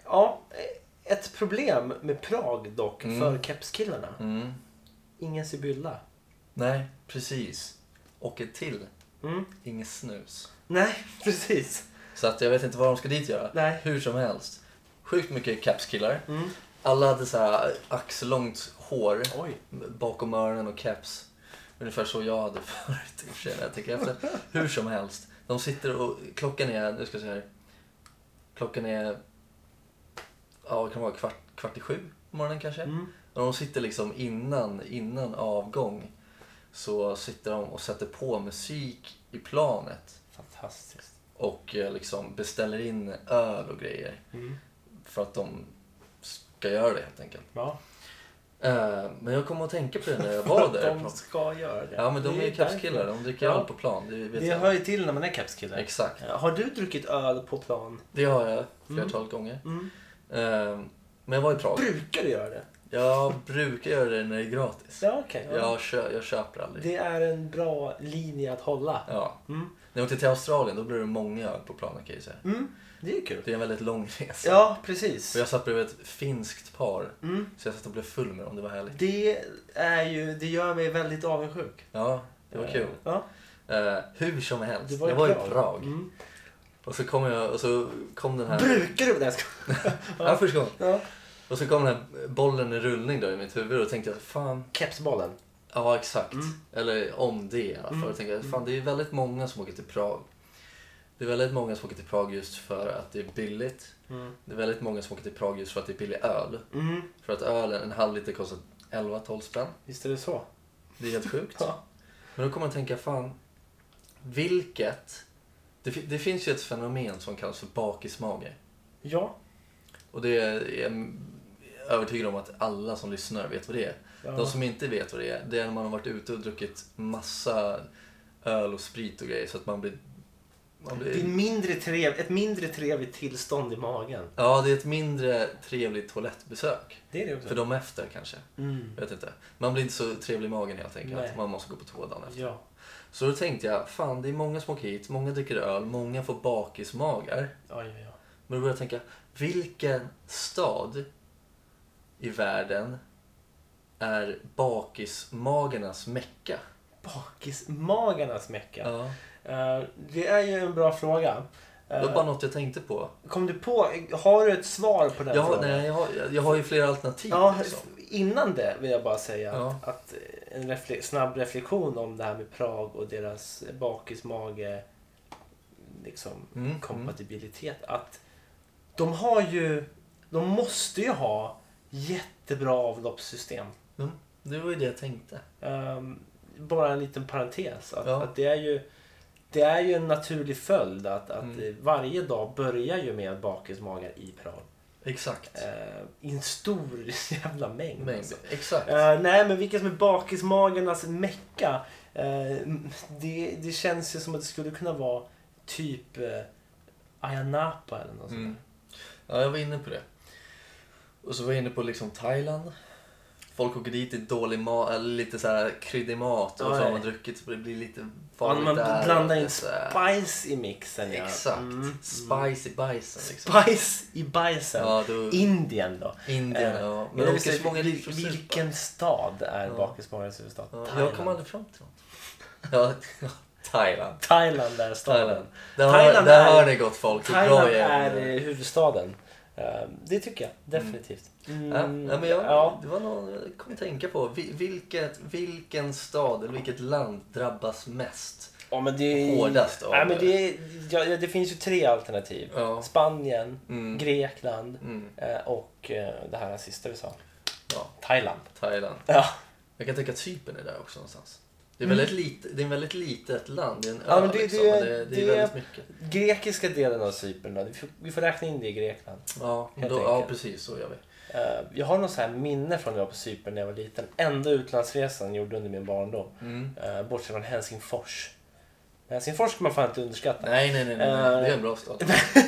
Speaker 2: Ja, ett problem med Prag dock
Speaker 1: Mm.
Speaker 2: för kepskillarna.
Speaker 1: Mm.
Speaker 2: Ingen sibylla.
Speaker 1: Nej, precis. Och ett till,
Speaker 2: Mm.
Speaker 1: inget snus.
Speaker 2: Nej, *laughs* precis.
Speaker 1: Så att jag vet inte vad de ska dit göra.
Speaker 2: Nej.
Speaker 1: Hur som helst. Sjukt mycket kapskillar.
Speaker 2: Mm.
Speaker 1: Alla hade så här axellångt hår
Speaker 2: Oj.
Speaker 1: bakom öronen och caps. Ungefär så jag hade *laughs* förut i och för sig när jag tänker efter. Hur som helst. De sitter och klockan är, nu ska jag se här. Klockan är, ja det kan vara kvart, kvart i sju på morgonen kanske.
Speaker 2: Mm.
Speaker 1: Och de sitter liksom innan, innan avgång. Så sitter de och sätter på musik i planet.
Speaker 2: Fantastiskt.
Speaker 1: Och eh, liksom beställer in öl och grejer.
Speaker 2: Mm.
Speaker 1: För att de ska göra det helt enkelt.
Speaker 2: Ja.
Speaker 1: Eh, men jag kommer att tänka på det när jag var där.
Speaker 2: *laughs* de ska göra det.
Speaker 1: Ja, men de
Speaker 2: Det
Speaker 1: är ju
Speaker 2: därför.
Speaker 1: kapskillar. De dricker
Speaker 2: Ja.
Speaker 1: öl på plan. Det vet
Speaker 2: Det
Speaker 1: jag.
Speaker 2: hör ju till när man är kapskille.
Speaker 1: Exakt.
Speaker 2: Ja, Har du druckit öl på plan?
Speaker 1: Det har jag flertal gånger.
Speaker 2: Mm.
Speaker 1: Eh, men jag var i Prag.
Speaker 2: Brukar du göra det?
Speaker 1: Jag brukar göra det när det är gratis.
Speaker 2: Ja, okej. ja.
Speaker 1: Jag, kö- jag köper aldrig.
Speaker 2: Det är en bra linje att hålla.
Speaker 1: Ja.
Speaker 2: Mm.
Speaker 1: När jag åkte till Australien då blev det många öl på planen kan jag ju säga.
Speaker 2: Mm. Det är kul.
Speaker 1: Det är en väldigt lång resa.
Speaker 2: Ja, precis.
Speaker 1: Och jag satt bredvid ett finskt par.
Speaker 2: Mm.
Speaker 1: Så jag satt och blev full med dem. Det var härligt.
Speaker 2: Det, är ju, det gör mig väldigt avundsjuk.
Speaker 1: Ja, det var kul.
Speaker 2: Ja,
Speaker 1: Eh, hur som helst.
Speaker 2: du var
Speaker 1: jag
Speaker 2: i
Speaker 1: var
Speaker 2: Prag.
Speaker 1: i Prag.
Speaker 2: Mm.
Speaker 1: Och så kom jag och så kom den här...
Speaker 2: Brukar du? Nej, jag skojar.
Speaker 1: Ja, första gången.
Speaker 2: Ja.
Speaker 1: Och så kom den här bollen i rullning då i mitt huvud och tänkte jag fan,
Speaker 2: Kepsbollen.
Speaker 1: ja exakt. Eller om det i alla fall. Jag tänkte, fan det är väldigt många som åker till Prag. Det är väldigt många som åker till Prag just för att det är billigt.
Speaker 2: Mm.
Speaker 1: Det är väldigt många som åker till Prag just för att det är billig öl. För att ölen, en halv liter kostar 11-12 spänn.
Speaker 2: Visst är det så?
Speaker 1: Det är helt sjukt.
Speaker 2: *laughs* Ja.
Speaker 1: Men då kommer jag att tänka, fan, vilket... Det, fi- det finns ju ett fenomen som kallas för bakismage.
Speaker 2: Ja.
Speaker 1: Och det är jag är övertygad om att alla som lyssnar vet vad det är. De som inte vet vad det är, det är när man har varit ute och druckit massa öl och sprit och grejer så att man blir... Man
Speaker 2: Det är
Speaker 1: blir
Speaker 2: mindre trev, ett mindre trevligt tillstånd i magen.
Speaker 1: ja, det är ett mindre trevligt toalettbesök.
Speaker 2: Det är det också.
Speaker 1: För de efter kanske.
Speaker 2: Mm.
Speaker 1: Jag vet inte. Man blir inte så trevlig i magen helt enkelt.
Speaker 2: Nej.
Speaker 1: Man måste gå på toa dagen efter.
Speaker 2: Ja.
Speaker 1: Så då tänkte jag, fan det är många som åker hit, många dricker öl, många får bakismagar.
Speaker 2: Oj, oj, oj.
Speaker 1: Men då började jag tänka, vilken stad i världen är bakismagarnas mecka?
Speaker 2: Bakismagarnas mecka.
Speaker 1: Ja.
Speaker 2: Eh, det är ju en bra fråga.
Speaker 1: Det
Speaker 2: Eh,
Speaker 1: var bara något jag tänkte på.
Speaker 2: Kom du på, har du ett svar på den
Speaker 1: Jag har,
Speaker 2: frågan?
Speaker 1: nej, jag, har, jag har ju flera alternativ.
Speaker 2: Ja,
Speaker 1: liksom.
Speaker 2: innan det vill jag bara säga
Speaker 1: Ja.
Speaker 2: att eh, en refle- snabb reflektion om det här med Prag och deras eh, bakismage liksom,
Speaker 1: Mm,
Speaker 2: kompatibilitet. Att de har ju, de måste ju ha jättebra avloppssystem.
Speaker 1: Mm, det var ju det jag tänkte.
Speaker 2: Ehm, bara en liten parentes. Att,
Speaker 1: Ja.
Speaker 2: att det, är ju, det är ju en naturlig följd att, att
Speaker 1: Mm.
Speaker 2: eh, varje dag börjar ju med bakismagar i Prag.
Speaker 1: Exakt.
Speaker 2: Ehm, I en stor *laughs* jävla mängd.
Speaker 1: Mängd.
Speaker 2: alltså.
Speaker 1: Exakt.
Speaker 2: Eh, nej, men vilka som är bakismagarnas mecka. eh, det, det känns ju som att det skulle kunna vara typ uh, Ayanapa eller något
Speaker 1: Mm.
Speaker 2: sånt
Speaker 1: Ja, jag var inne på det. Och så var jag inne på liksom Thailand. Folk åker dit i dålig mat, eller lite så här kryddig mat och så har
Speaker 2: Oj.
Speaker 1: man druckit så det blir lite
Speaker 2: där.
Speaker 1: farligt
Speaker 2: Man, man
Speaker 1: där.
Speaker 2: blandar in
Speaker 1: Lite så här-
Speaker 2: spice i mixen. Ja.
Speaker 1: Exakt.
Speaker 2: Mm.
Speaker 1: Spicy bajsen liksom.
Speaker 2: Spice i bajsen.
Speaker 1: Ja, då,
Speaker 2: Indien då?
Speaker 1: Indien,
Speaker 2: Eh,
Speaker 1: ja. Men
Speaker 2: Men
Speaker 1: det
Speaker 2: jag
Speaker 1: åker
Speaker 2: vill
Speaker 1: så
Speaker 2: säga,
Speaker 1: många dit för att supa.
Speaker 2: vilken stad är
Speaker 1: Ja.
Speaker 2: bakismagarnas huvudstad?
Speaker 1: Ja,
Speaker 2: Thailand.
Speaker 1: Jag kommer aldrig fram till något. Ja, *laughs* Thailand.
Speaker 2: Thailand är staden.
Speaker 1: Thailand. typ Där, har,
Speaker 2: Thailand
Speaker 1: där
Speaker 2: är-
Speaker 1: hör ni gott folk. hur
Speaker 2: Thailand
Speaker 1: bra jag
Speaker 2: är eh, huvudstaden. Eh, Det tycker jag definitivt.
Speaker 1: Mm. Ja,
Speaker 2: Mm,
Speaker 1: nej, men jag,
Speaker 2: ja.
Speaker 1: Det var någon jag kom att tänka på. Vi- Vilket, vilken stad eller vilket land drabbas mest?
Speaker 2: Ja, men det...
Speaker 1: Hårdast av
Speaker 2: ja, men
Speaker 1: det.
Speaker 2: det, ja, ja, det finns ju tre alternativ.
Speaker 1: Ja.
Speaker 2: Spanien,
Speaker 1: Mm.
Speaker 2: Grekland
Speaker 1: Mm.
Speaker 2: eh, och eh, det här sista vi sa.
Speaker 1: Ja,
Speaker 2: Thailand.
Speaker 1: Thailand.
Speaker 2: Ja,
Speaker 1: Jag kan tänka att Cypern är där också någonstans. Det är, väldigt lite, det är en väldigt litet land. Det är en
Speaker 2: Mm. Ja,
Speaker 1: ö
Speaker 2: men det-
Speaker 1: liksom.
Speaker 2: det-
Speaker 1: men det, det är
Speaker 2: det-
Speaker 1: väldigt mycket.
Speaker 2: grekiska delen av Cypern då. Vi får, vi får räkna in det i Grekland.
Speaker 1: Ja, men
Speaker 2: Helt
Speaker 1: då, ja,
Speaker 2: enkelt.
Speaker 1: precis så gör vi.
Speaker 2: Eh, jag har någon så här minne från när jag var på Cypern när jag var liten. Enda utlandsresan jag gjorde under min barndom.
Speaker 1: Mm.
Speaker 2: Eh, bortsett från Helsingfors. Helsingfors kan man fan inte underskatta.
Speaker 1: Nej, nej, nej, nej,
Speaker 2: Eh,
Speaker 1: nej. Det är en bra stad.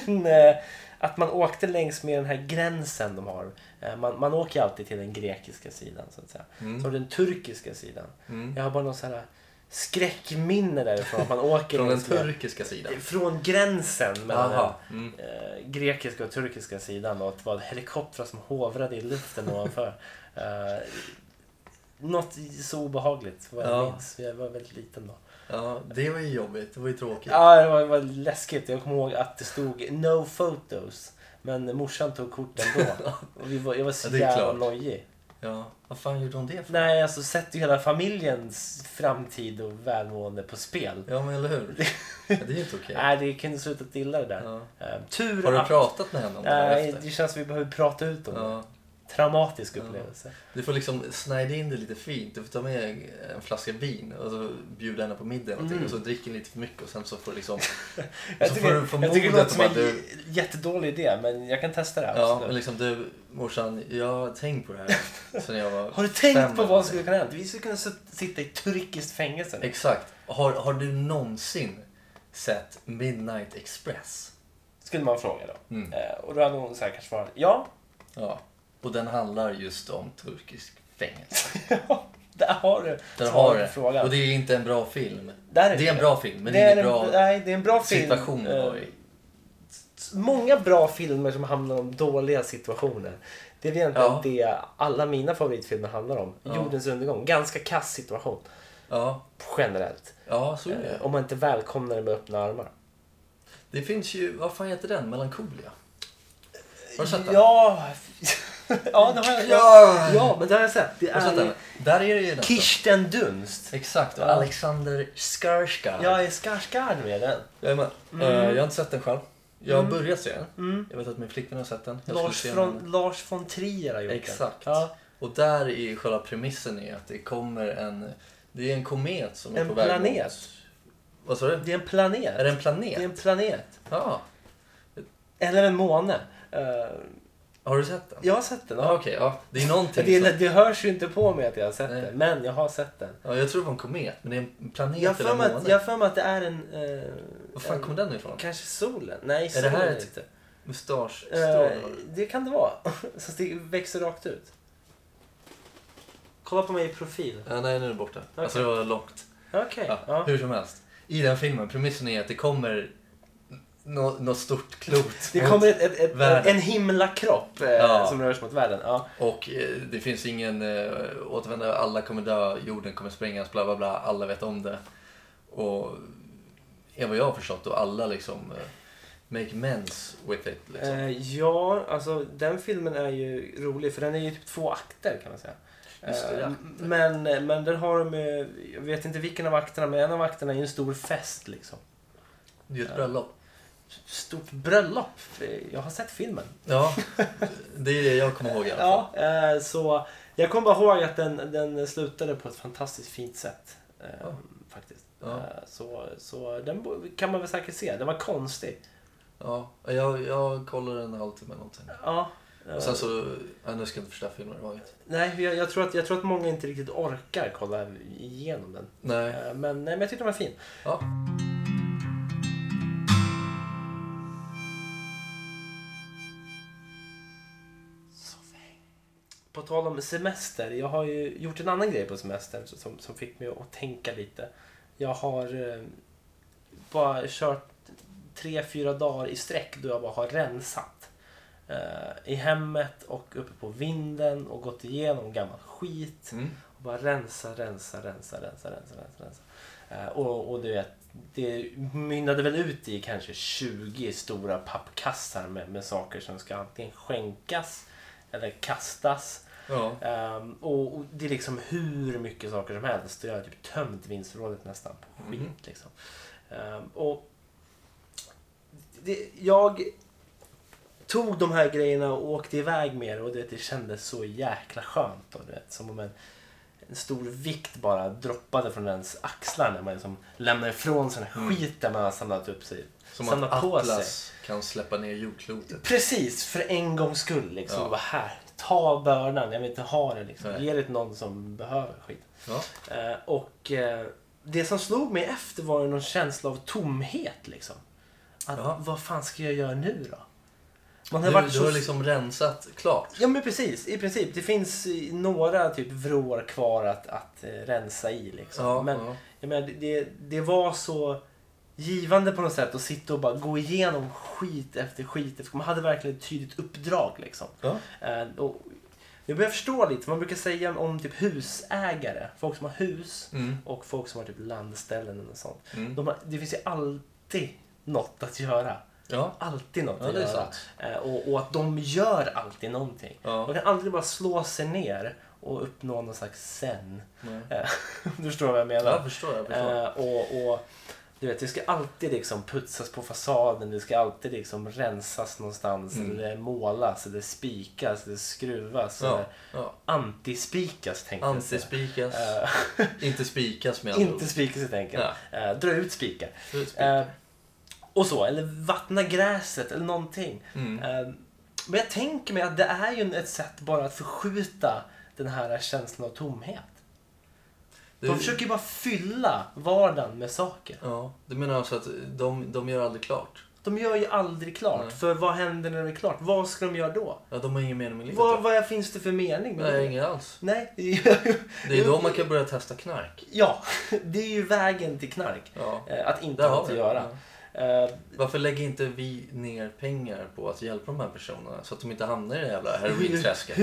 Speaker 2: Men, eh, att man åkte längs med den här gränsen de har. Eh, Man, man åker ju alltid till den grekiska sidan så att säga.
Speaker 1: Mm.
Speaker 2: Så har du den turkiska sidan.
Speaker 1: Mm.
Speaker 2: Jag har bara någon sån här skräckminne därifrån. Att man åker
Speaker 1: Från den
Speaker 2: längs med,
Speaker 1: turkiska sidan.
Speaker 2: från gränsen mellan
Speaker 1: Aha,
Speaker 2: den
Speaker 1: mm.
Speaker 2: eh, grekiska och turkiska sidan och att det var helikoptrar som hovrade i luften ovanför. Eh, något så obehagligt vad jag
Speaker 1: Ja.
Speaker 2: minns. Jag var väldigt liten då.
Speaker 1: Ja, det var ju jobbigt. Det var ju tråkigt.
Speaker 2: Ja, det var, var läskigt. Jag kommer ihåg att det stod no photos. Men morsan tog korten
Speaker 1: *laughs*
Speaker 2: då. Och vi var, jag var så
Speaker 1: Ja, det är
Speaker 2: jävla
Speaker 1: klart.
Speaker 2: nojig.
Speaker 1: Ja, vad fan gjorde hon det för?
Speaker 2: Nej, alltså sätter ju hela familjens framtid och välmående på spel.
Speaker 1: Ja, men eller
Speaker 2: *laughs*
Speaker 1: hur? Ja, det är ju inte okej.
Speaker 2: Nej, det kunde slutat illa det där.
Speaker 1: Ja.
Speaker 2: Eh, Tur
Speaker 1: Har du
Speaker 2: att...
Speaker 1: pratat med henne om det här
Speaker 2: Nej,
Speaker 1: efter?
Speaker 2: det känns som vi behöver prata ut om det.
Speaker 1: Ja.
Speaker 2: traumatisk upplevelse.
Speaker 1: Du får liksom snida in det lite fint. Du får ta med en flaska vin och så bjuda henne på middag eller någonting.
Speaker 2: Mm.
Speaker 1: och så dricker ni lite för mycket och sen så får
Speaker 2: *laughs*
Speaker 1: du liksom...
Speaker 2: Jag
Speaker 1: så
Speaker 2: tycker,
Speaker 1: får du få
Speaker 2: jag tycker det
Speaker 1: modet
Speaker 2: låter
Speaker 1: och
Speaker 2: som
Speaker 1: bara
Speaker 2: en
Speaker 1: du...
Speaker 2: j- jättedålig idé, men jag kan testa det. här,
Speaker 1: Ja,
Speaker 2: absolut.
Speaker 1: men liksom du morsan, jag har tänkt på det
Speaker 2: *laughs*
Speaker 1: här sen jag var
Speaker 2: Har du tänkt
Speaker 1: fem eller
Speaker 2: på vad som
Speaker 1: någonting.
Speaker 2: skulle kunna hända? Vi skulle kunna sit- sitta i turkiskt fängelse. nu.
Speaker 1: Exakt. Har, har du någonsin sett Midnight Express?
Speaker 2: Skulle man fråga då.
Speaker 1: Mm.
Speaker 2: Eh, Och då hade hon så här kanske svarat ja,
Speaker 1: Ja. Och den handlar just om turkisk fängelse.
Speaker 2: där har du
Speaker 1: Den
Speaker 2: svaret
Speaker 1: har
Speaker 2: på
Speaker 1: det.
Speaker 2: frågan.
Speaker 1: Och det är inte en bra film.
Speaker 2: Där
Speaker 1: Det är en
Speaker 2: det.
Speaker 1: bra film, men
Speaker 2: Det
Speaker 1: det är
Speaker 2: en-
Speaker 1: ingen bra...
Speaker 2: nej, det är en bra film.
Speaker 1: situation det var
Speaker 2: Eh,
Speaker 1: i.
Speaker 2: s- Många bra filmer som handlar om dåliga situationer. Det är väl egentligen
Speaker 1: Ja.
Speaker 2: det alla mina favoritfilmer handlar om.
Speaker 1: Ja.
Speaker 2: Jordens undergång. Ganska kass situation.
Speaker 1: Ja,
Speaker 2: Generellt.
Speaker 1: ja så är
Speaker 2: Eh,
Speaker 1: det.
Speaker 2: Om man inte välkomnar det med öppna armar.
Speaker 1: Det finns ju, vad fan heter den? Melancholia? Har du sett den?
Speaker 2: Ja, *laughs* ja, det har jag.
Speaker 1: Ja.
Speaker 2: ja, men det har jag sett. Det
Speaker 1: Har du sett
Speaker 2: är
Speaker 1: den? Där är det ju den.
Speaker 2: Kirsten Dunst.
Speaker 1: Exakt, och
Speaker 2: Ja.
Speaker 1: Alexander Skarsgård.
Speaker 2: Jag är Skarsgård med den.
Speaker 1: Jajamän. Eh, Jag har inte sett den själv. Jag har börjat se den.
Speaker 2: Mm.
Speaker 1: Jag vet att min flickvän har sett den. Jag
Speaker 2: Lars,
Speaker 1: skulle se den.
Speaker 2: från, Lars von Trier har gjort
Speaker 1: Exakt.
Speaker 2: den. Ja.
Speaker 1: Och där är själva premissen är att det kommer en... Det är en komet som är
Speaker 2: En
Speaker 1: på väg
Speaker 2: planet.
Speaker 1: mot... Vad sa du?
Speaker 2: Det är en planet.
Speaker 1: Är det en planet?
Speaker 2: Det är en planet.
Speaker 1: Ja.
Speaker 2: Eller en måne. Eh,
Speaker 1: Har du sett den?
Speaker 2: jag har sett den.
Speaker 1: Ja,
Speaker 2: Ja.
Speaker 1: Okej, ja. Det är någonting
Speaker 2: det,
Speaker 1: som...
Speaker 2: är, det hörs ju inte på mig att jag har sett
Speaker 1: Nej.
Speaker 2: den, men jag har sett den.
Speaker 1: Ja, jag tror det var en komet, men det är en planet
Speaker 2: Jag har
Speaker 1: eller
Speaker 2: för
Speaker 1: en
Speaker 2: mig
Speaker 1: måne.
Speaker 2: att- jag har för mig att det är en... eh,
Speaker 1: Var fan
Speaker 2: en-
Speaker 1: kom den ifrån?
Speaker 2: Kanske solen? Nej,
Speaker 1: Är
Speaker 2: solen
Speaker 1: det här ett-
Speaker 2: inte.
Speaker 1: Mustasch?
Speaker 2: Eh,
Speaker 1: Uh,
Speaker 2: det kan det vara. *laughs* Så det växer rakt ut. Kolla på mig i profil.
Speaker 1: ja, Eh, nej, nu är det borta.
Speaker 2: Okej.
Speaker 1: Alltså det var långt.
Speaker 2: Okej.
Speaker 1: Ja,
Speaker 2: Ja.
Speaker 1: Hur som helst. I den filmen, premissen är att det kommer nå- något stort klot.
Speaker 2: Det
Speaker 1: mot-
Speaker 2: kommer ett, ett, ett,
Speaker 1: Världen.
Speaker 2: en himlakropp eh,
Speaker 1: Ja.
Speaker 2: som rör sig mot världen. Ja.
Speaker 1: Och eh, det finns ingen eh, återvändare, alla kommer dö, jorden kommer sprängas, bla bla bla, alla vet om det. Och är vad jag har förstått och alla liksom eh, make mens with it. Liksom.
Speaker 2: Eh, ja, alltså den filmen är ju rolig för den är ju typ två akter kan man säga.
Speaker 1: Just det,
Speaker 2: Eh,
Speaker 1: ja.
Speaker 2: men, men där har de ju, jag vet inte vilken av akterna, men en av akterna är ju en stor fest liksom.
Speaker 1: det är ju ett bröllop.
Speaker 2: Stort bröllop. Eh, Jag har sett filmen.
Speaker 1: Ja, det är det jag kommer ihåg i alla fall.
Speaker 2: Ja, eh, så jag kommer bara ihåg att den, den slutade på ett fantastiskt fint sätt. eh,
Speaker 1: Ja.
Speaker 2: Faktiskt.
Speaker 1: Ja.
Speaker 2: Eh, Så, så den bo- kan man väl säkert se. Den var konstig.
Speaker 1: Ja. jag, jag kollade en halvtimme någonting.
Speaker 2: Ja.
Speaker 1: Och sen så, ja, nu ska jag inte förstöra filmen överhuvudtaget.
Speaker 2: Eh, Nej, jag, jag, tror att, jag tror att många inte riktigt orkar kolla igenom den.
Speaker 1: Nej.
Speaker 2: Eh, Men, nej, men jag tyckte den var fin.
Speaker 1: Ja.
Speaker 2: På tal om semester. Jag har ju gjort en annan grej på semestern som- som, som fick mig att tänka lite. Jag har eh, bara kört tre, fyra dagar i sträck då jag bara har rensat. Eh, I hemmet och uppe på vinden och gått igenom gammal skit.
Speaker 1: Mm.
Speaker 2: Och bara rensa, rensa, rensa, rensa, rensa, rensa. rensa. Eh, och, och du vet, det mynnade väl ut i kanske 20 stora pappkassar med, med saker som ska antingen skänkas eller kastas.
Speaker 1: Ja.
Speaker 2: Ehm, och, och det är liksom hur mycket saker som helst. Och jag har typ tömt vindsförrådet nästan på skit.
Speaker 1: Mhm.
Speaker 2: Liksom. Ehm, och det, jag tog de här grejerna och åkte iväg med det och det, det kändes så jäkla skönt. Och, du vet, som om en, en stor vikt bara droppade från ens axlar när man liksom lämnar ifrån sig den här skiten man har samlat upp sig.
Speaker 1: Mm. Som
Speaker 2: samlat
Speaker 1: att
Speaker 2: på sig.
Speaker 1: Atlas kan släppa ner jordklotet.
Speaker 2: Precis, för en gångs skull. Liksom.
Speaker 1: Ja.
Speaker 2: Bara här, ta bördan. Jag vill inte ha det. Liksom.
Speaker 1: Nej.
Speaker 2: Ge det till någon som behöver skit.
Speaker 1: Ja.
Speaker 2: Eh, och eh, det som slog mig efter var ju någon känsla av tomhet. Liksom. Att,
Speaker 1: Ja.
Speaker 2: Vad fan ska jag göra nu då? Man har
Speaker 1: Du,
Speaker 2: varit
Speaker 1: du
Speaker 2: så...
Speaker 1: har liksom rensat klart.
Speaker 2: Ja men precis, i princip. Det finns eh, några typ vrår kvar att, att eh, rensa i. Liksom.
Speaker 1: Ja,
Speaker 2: men
Speaker 1: ja.
Speaker 2: Jag menar, det- det, det var så givande på något sätt att sitta och bara gå igenom skit efter skit. efter- Man hade verkligen ett tydligt uppdrag liksom.
Speaker 1: Ja.
Speaker 2: Eh, och nu börjar jag förstå lite. Man brukar säga om typ husägare, folk som har hus
Speaker 1: Mm.
Speaker 2: och folk som har typ landställen eller något sånt.
Speaker 1: Mm.
Speaker 2: De har, det finns ju alltid något att göra.
Speaker 1: Ja.
Speaker 2: Alltid något
Speaker 1: Ja,
Speaker 2: att
Speaker 1: det är
Speaker 2: göra.
Speaker 1: sant.
Speaker 2: Eh, och, och att de gör alltid någonting.
Speaker 1: Ja.
Speaker 2: Man kan aldrig bara slå sig ner och uppnå någon slags zen.
Speaker 1: Nej.
Speaker 2: Eh, du *laughs* förstår vad jag menar?
Speaker 1: Ja, jag förstår. Jag förstår.
Speaker 2: Eh, och, och, Du vet, det ska alltid liksom putsas på fasaden, det ska alltid liksom rensas någonstans,
Speaker 1: Mm.
Speaker 2: eller målas, eller spikas, eller skruvas.
Speaker 1: Ja,
Speaker 2: Eller
Speaker 1: ja.
Speaker 2: antispikas tänkte jag säga.
Speaker 1: Antispikas.
Speaker 2: Eh,
Speaker 1: *laughs* Inte spikas med andra
Speaker 2: inte
Speaker 1: ord.
Speaker 2: spikas helt enkelt. Eh, dra ut spikar.
Speaker 1: Slut spik.
Speaker 2: Eh, och så, eller vattna gräset eller någonting.
Speaker 1: Mm.
Speaker 2: Eh, men jag tänker mig att det är ju ett sätt bara att förskjuta den här känslan av tomhet.
Speaker 1: Det-
Speaker 2: De försöker ju bara fylla vardagen med saker.
Speaker 1: Ja, du menar alltså att de, de gör aldrig klart?
Speaker 2: De gör ju aldrig klart,
Speaker 1: Nej.
Speaker 2: för vad händer när det är klart? Vad ska de göra då?
Speaker 1: Ja, de har ingen mening med livet.
Speaker 2: Vad, vad finns det för mening med det?
Speaker 1: Nej, ingen alls.
Speaker 2: Nej.
Speaker 1: Det är då man kan börja testa knark.
Speaker 2: Ja, det är ju vägen till knark.
Speaker 1: Ja,
Speaker 2: Eh, Att inte
Speaker 1: där
Speaker 2: ha
Speaker 1: har
Speaker 2: något
Speaker 1: vi det.
Speaker 2: att göra.
Speaker 1: Ja.
Speaker 2: Eh, *laughs*
Speaker 1: Varför lägger inte vi ner pengar på att hjälpa de här personerna så att de inte hamnar i det jävla herointräsket?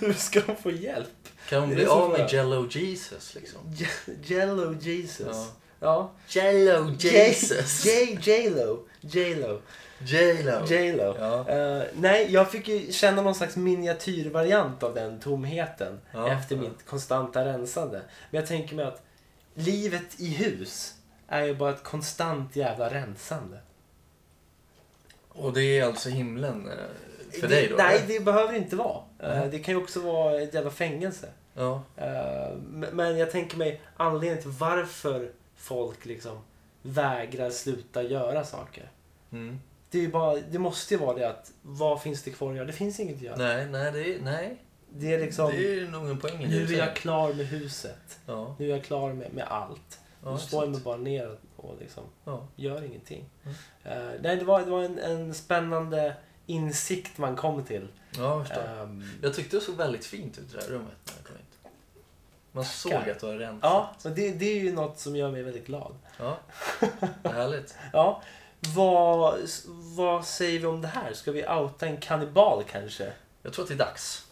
Speaker 2: Hur ska de få hjälp?
Speaker 1: Kan de
Speaker 2: Det är
Speaker 1: bli
Speaker 2: så
Speaker 1: av med
Speaker 2: bra.
Speaker 1: Jello Jesus liksom?
Speaker 2: J- Jello Jesus.
Speaker 1: Ja.
Speaker 2: Ja.
Speaker 1: Jello
Speaker 2: J- J- J-Lo. J-Lo.
Speaker 1: J-Lo!
Speaker 2: J-Lo.
Speaker 1: Ja.
Speaker 2: Eh, nej, jag fick ju känna någon slags miniatyrvariant av den tomheten
Speaker 1: Ja,
Speaker 2: efter
Speaker 1: ja.
Speaker 2: mitt konstanta rensande. Men jag tänker mig att livet i hus är ju bara ett konstant jävla rensande.
Speaker 1: Och det är alltså himlen eh, för
Speaker 2: det,
Speaker 1: dig då?
Speaker 2: Nej,
Speaker 1: eller?
Speaker 2: det behöver inte vara. Eh,
Speaker 1: Mhm.
Speaker 2: Det kan ju också vara ett jävla fängelse.
Speaker 1: Ja.
Speaker 2: Eh, m- Men jag tänker mig anledningen till varför folk liksom vägrar sluta göra saker.
Speaker 1: Mm.
Speaker 2: Det, är ju bara, det måste ju vara det att vad finns det kvar att göra? Det finns inget att göra.
Speaker 1: Nej, nej, det är, nej.
Speaker 2: Det är liksom,
Speaker 1: Det är nog en poäng i det
Speaker 2: nu
Speaker 1: du
Speaker 2: är
Speaker 1: säger.
Speaker 2: jag klar med huset.
Speaker 1: Ja,
Speaker 2: Nu är jag klar med, med allt.
Speaker 1: ja,
Speaker 2: nu står jag
Speaker 1: exakt.
Speaker 2: mig bara ner och liksom
Speaker 1: ja.
Speaker 2: gör ingenting.
Speaker 1: Mm.
Speaker 2: Eh, nej, det var, det var en, en spännande insikt man kom till.
Speaker 1: ja, jag förstår.
Speaker 2: Ehm,
Speaker 1: Jag tyckte det såg väldigt fint ut i det här rummet när jag kom hit. Man såg att du har rensat.
Speaker 2: ja, så det, det är ju något som gör mig väldigt glad.
Speaker 1: ja. Det är härligt.
Speaker 2: Ja, vad, vad säger vi om det här? Ska vi outa en kannibal kanske?
Speaker 1: Jag tror att det är dags.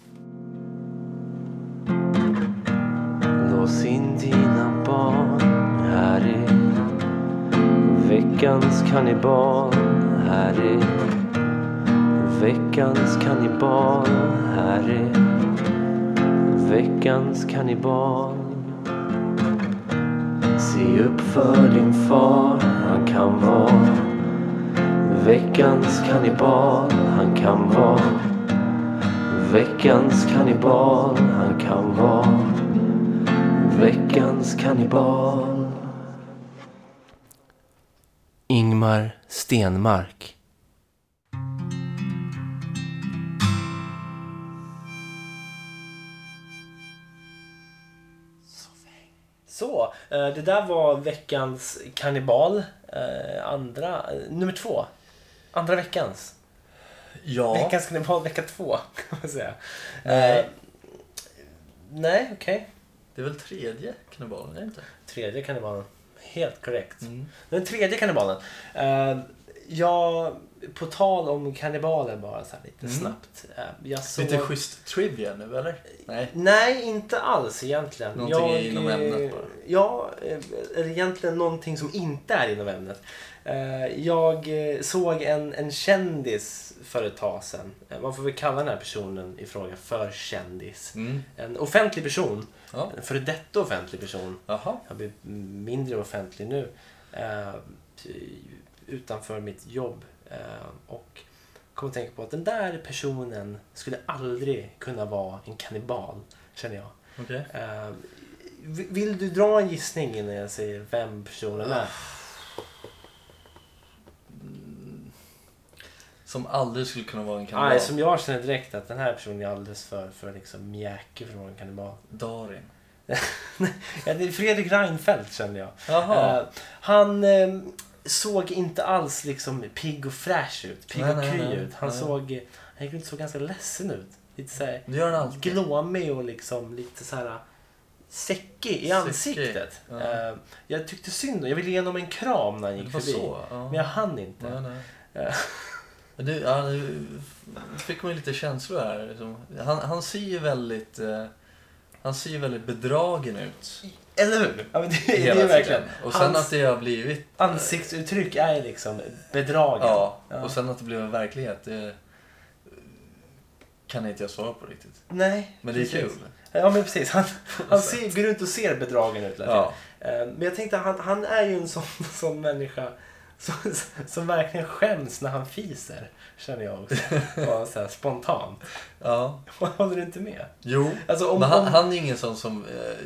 Speaker 2: Lås in dina barn, här är veckans kannibal. Här är veckans kannibal. Här är veckans kannibal. Se upp för din far, han kan vara veckans kannibal. Han kan vara veckans kannibal. Han kan vara Veckans kannibal. Ingmar Stenmark. Så, eh, det där var veckans kannibal. eh, Andra, eh, nummer två. Andra veckans.
Speaker 1: Ja.
Speaker 2: Veckans kannibal vecka två, *laughs* kan man säga.
Speaker 1: Nej.
Speaker 2: Eh, Nej, okej.
Speaker 1: Det är väl tredje kannibalen, är det inte?
Speaker 2: Tredje kannibalen. Helt korrekt.
Speaker 1: Mm.
Speaker 2: Den tredje kannibalen. Eh, jag, på tal om kannibaler bara så här lite
Speaker 1: Mm.
Speaker 2: snabbt. Eh, jag såg...
Speaker 1: Lite schysst trivia nu, eller? Nej.
Speaker 2: Nej, inte alls egentligen.
Speaker 1: Någonting
Speaker 2: jag,
Speaker 1: inom
Speaker 2: eh,
Speaker 1: ämnet bara.
Speaker 2: Ja, eh, eller egentligen någonting som inte är inom ämnet. Eh, Jag eh, såg en, en kändis för ett tag sedan. Eh, Man får väl kalla den här personen i fråga för kändis.
Speaker 1: Mm.
Speaker 2: En offentlig person.
Speaker 1: Ja.
Speaker 2: En före detta offentlig person.
Speaker 1: Jaha.
Speaker 2: Jag blir mindre offentlig nu. Eh, utanför mitt jobb. Eh, och kom att tänka på att den där personen skulle aldrig kunna vara en kannibal. Känner jag.
Speaker 1: Okej.
Speaker 2: Eh, vi- vill du dra en gissning innan jag säger vem personen är?
Speaker 1: Som aldrig skulle kunna vara en kannibal.
Speaker 2: Nej, som jag känner direkt att den här personen är alldeles för, för liksom mjäkig för att vara en kannibal.
Speaker 1: Darin.
Speaker 2: Ja, det är Fredrik Reinfeldt känner jag.
Speaker 1: Jaha.
Speaker 2: Eh, han eh, såg inte alls liksom pigg och fräsch ut. Pigg
Speaker 1: Nej,
Speaker 2: och
Speaker 1: nej,
Speaker 2: kry
Speaker 1: nej.
Speaker 2: ut. Han
Speaker 1: Nej.
Speaker 2: såg, eh, han gick runt och såg ganska ledsen ut. Lite så här
Speaker 1: Det gör den alltid.
Speaker 2: glåmig och liksom lite så här säckig i ansiktet.
Speaker 1: ja.
Speaker 2: Eh, jag tyckte synd om Jag ville ge honom en kram när han
Speaker 1: Det
Speaker 2: gick
Speaker 1: var
Speaker 2: förbi.
Speaker 1: så. Ja.
Speaker 2: Men jag hann
Speaker 1: Nej,
Speaker 2: inte.
Speaker 1: nej.
Speaker 2: Eh,
Speaker 1: *laughs* Men Du, ja, nu fick man ju lite känslor här. liksom. Han, han ser ju väldigt... Eh, han ser ju väldigt bedragen ut.
Speaker 2: Eller hur? Ja, men det, det
Speaker 1: hela
Speaker 2: är
Speaker 1: tiden.
Speaker 2: verkligen.
Speaker 1: Och sen
Speaker 2: Hans-
Speaker 1: att det har blivit... eh,
Speaker 2: Ansiktsuttryck är liksom bedragen.
Speaker 1: Ja,
Speaker 2: Ja.
Speaker 1: och sen att det blev en verklighet. Det kan inte jag svara på riktigt.
Speaker 2: Nej,
Speaker 1: Men det är
Speaker 2: precis.
Speaker 1: kul.
Speaker 2: Ja men precis. Han, han ser, går runt och ser bedragen ut. lär jag säga.
Speaker 1: Ja.
Speaker 2: Eh, Men jag tänkte, han, han är ju en sån, *laughs* sån människa som, *laughs* som verkligen skäms när han fiser. Känner jag
Speaker 1: *laughs*
Speaker 2: också. Bara så här spontant.
Speaker 1: Ja.
Speaker 2: Håller du inte med?
Speaker 1: Jo.
Speaker 2: Alltså om,
Speaker 1: Men han,
Speaker 2: om,
Speaker 1: han är ingen sån som eh,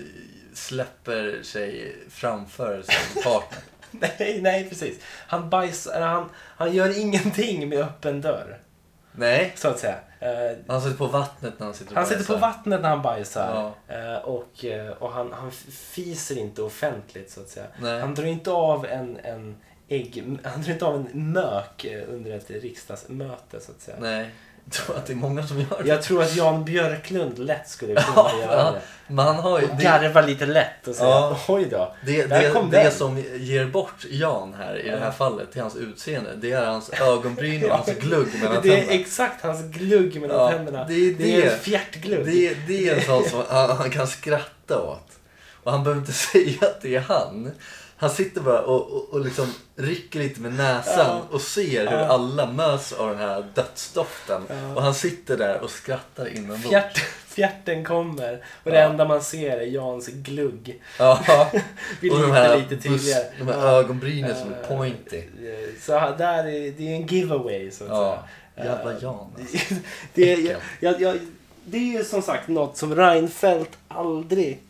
Speaker 1: släpper sig framför sin partner.
Speaker 2: *laughs* nej, nej, precis. Han bajsar, eller han, han gör ingenting med öppen dörr.
Speaker 1: Nej.
Speaker 2: Så att säga. Eh,
Speaker 1: Han sitter på vattnet när han sitter och
Speaker 2: Han sitter på
Speaker 1: bajsar.
Speaker 2: vattnet när han bajsar. Eh, Och, eh, och han, han fiser inte offentligt så att säga.
Speaker 1: Nej.
Speaker 2: Han drar inte av en, en ägg, han drar inte av en mök eh, under ett riksdagsmöte så att säga.
Speaker 1: Nej. Jag tror att det är många som gör det.
Speaker 2: Jag tror att Jan Björklund lätt skulle
Speaker 1: Ja,
Speaker 2: kunna göra det.
Speaker 1: Men han har ju...
Speaker 2: Och
Speaker 1: Det,
Speaker 2: garva lite lätt och säga
Speaker 1: Ja.
Speaker 2: oj då.
Speaker 1: det,
Speaker 2: Där
Speaker 1: det,
Speaker 2: kom
Speaker 1: det
Speaker 2: den.
Speaker 1: som ger bort Jan här i det här
Speaker 2: Ja.
Speaker 1: fallet, till hans utseende, det är hans ögonbryn och
Speaker 2: Ja.
Speaker 1: hans glugg mellan
Speaker 2: Det är
Speaker 1: tänderna.
Speaker 2: exakt hans glugg mellan
Speaker 1: Ja,
Speaker 2: tänderna.
Speaker 1: det är det.
Speaker 2: en fjärtglugg.
Speaker 1: Det, är- det är en sån som han, han kan skratta åt. Och han behöver inte *laughs* säga att det är han. Han sitter bara och, och, och liksom rycker lite med näsan
Speaker 2: Ja.
Speaker 1: och ser hur
Speaker 2: Ja.
Speaker 1: alla möts av den här dödsdoften.
Speaker 2: Ja.
Speaker 1: Och han sitter där och skrattar inombords.
Speaker 2: Fjärt, fjärten kommer och det
Speaker 1: Ja.
Speaker 2: enda man ser är Jans glugg. *laughs*
Speaker 1: Ja.
Speaker 2: Vi
Speaker 1: Och de
Speaker 2: litar
Speaker 1: här,
Speaker 2: lite
Speaker 1: bus,
Speaker 2: tydligare.
Speaker 1: de här
Speaker 2: Ja.
Speaker 1: ögonbrynen som är pointy.
Speaker 2: Eh, Så här- där är, det är en giveaway så att
Speaker 1: Ja.
Speaker 2: säga.
Speaker 1: Jävla
Speaker 2: Eh,
Speaker 1: Jan. alltså.
Speaker 2: *laughs* det, är,
Speaker 1: Äckel.
Speaker 2: jag, jag, jag, det är ju som sagt något som Reinfeldt aldrig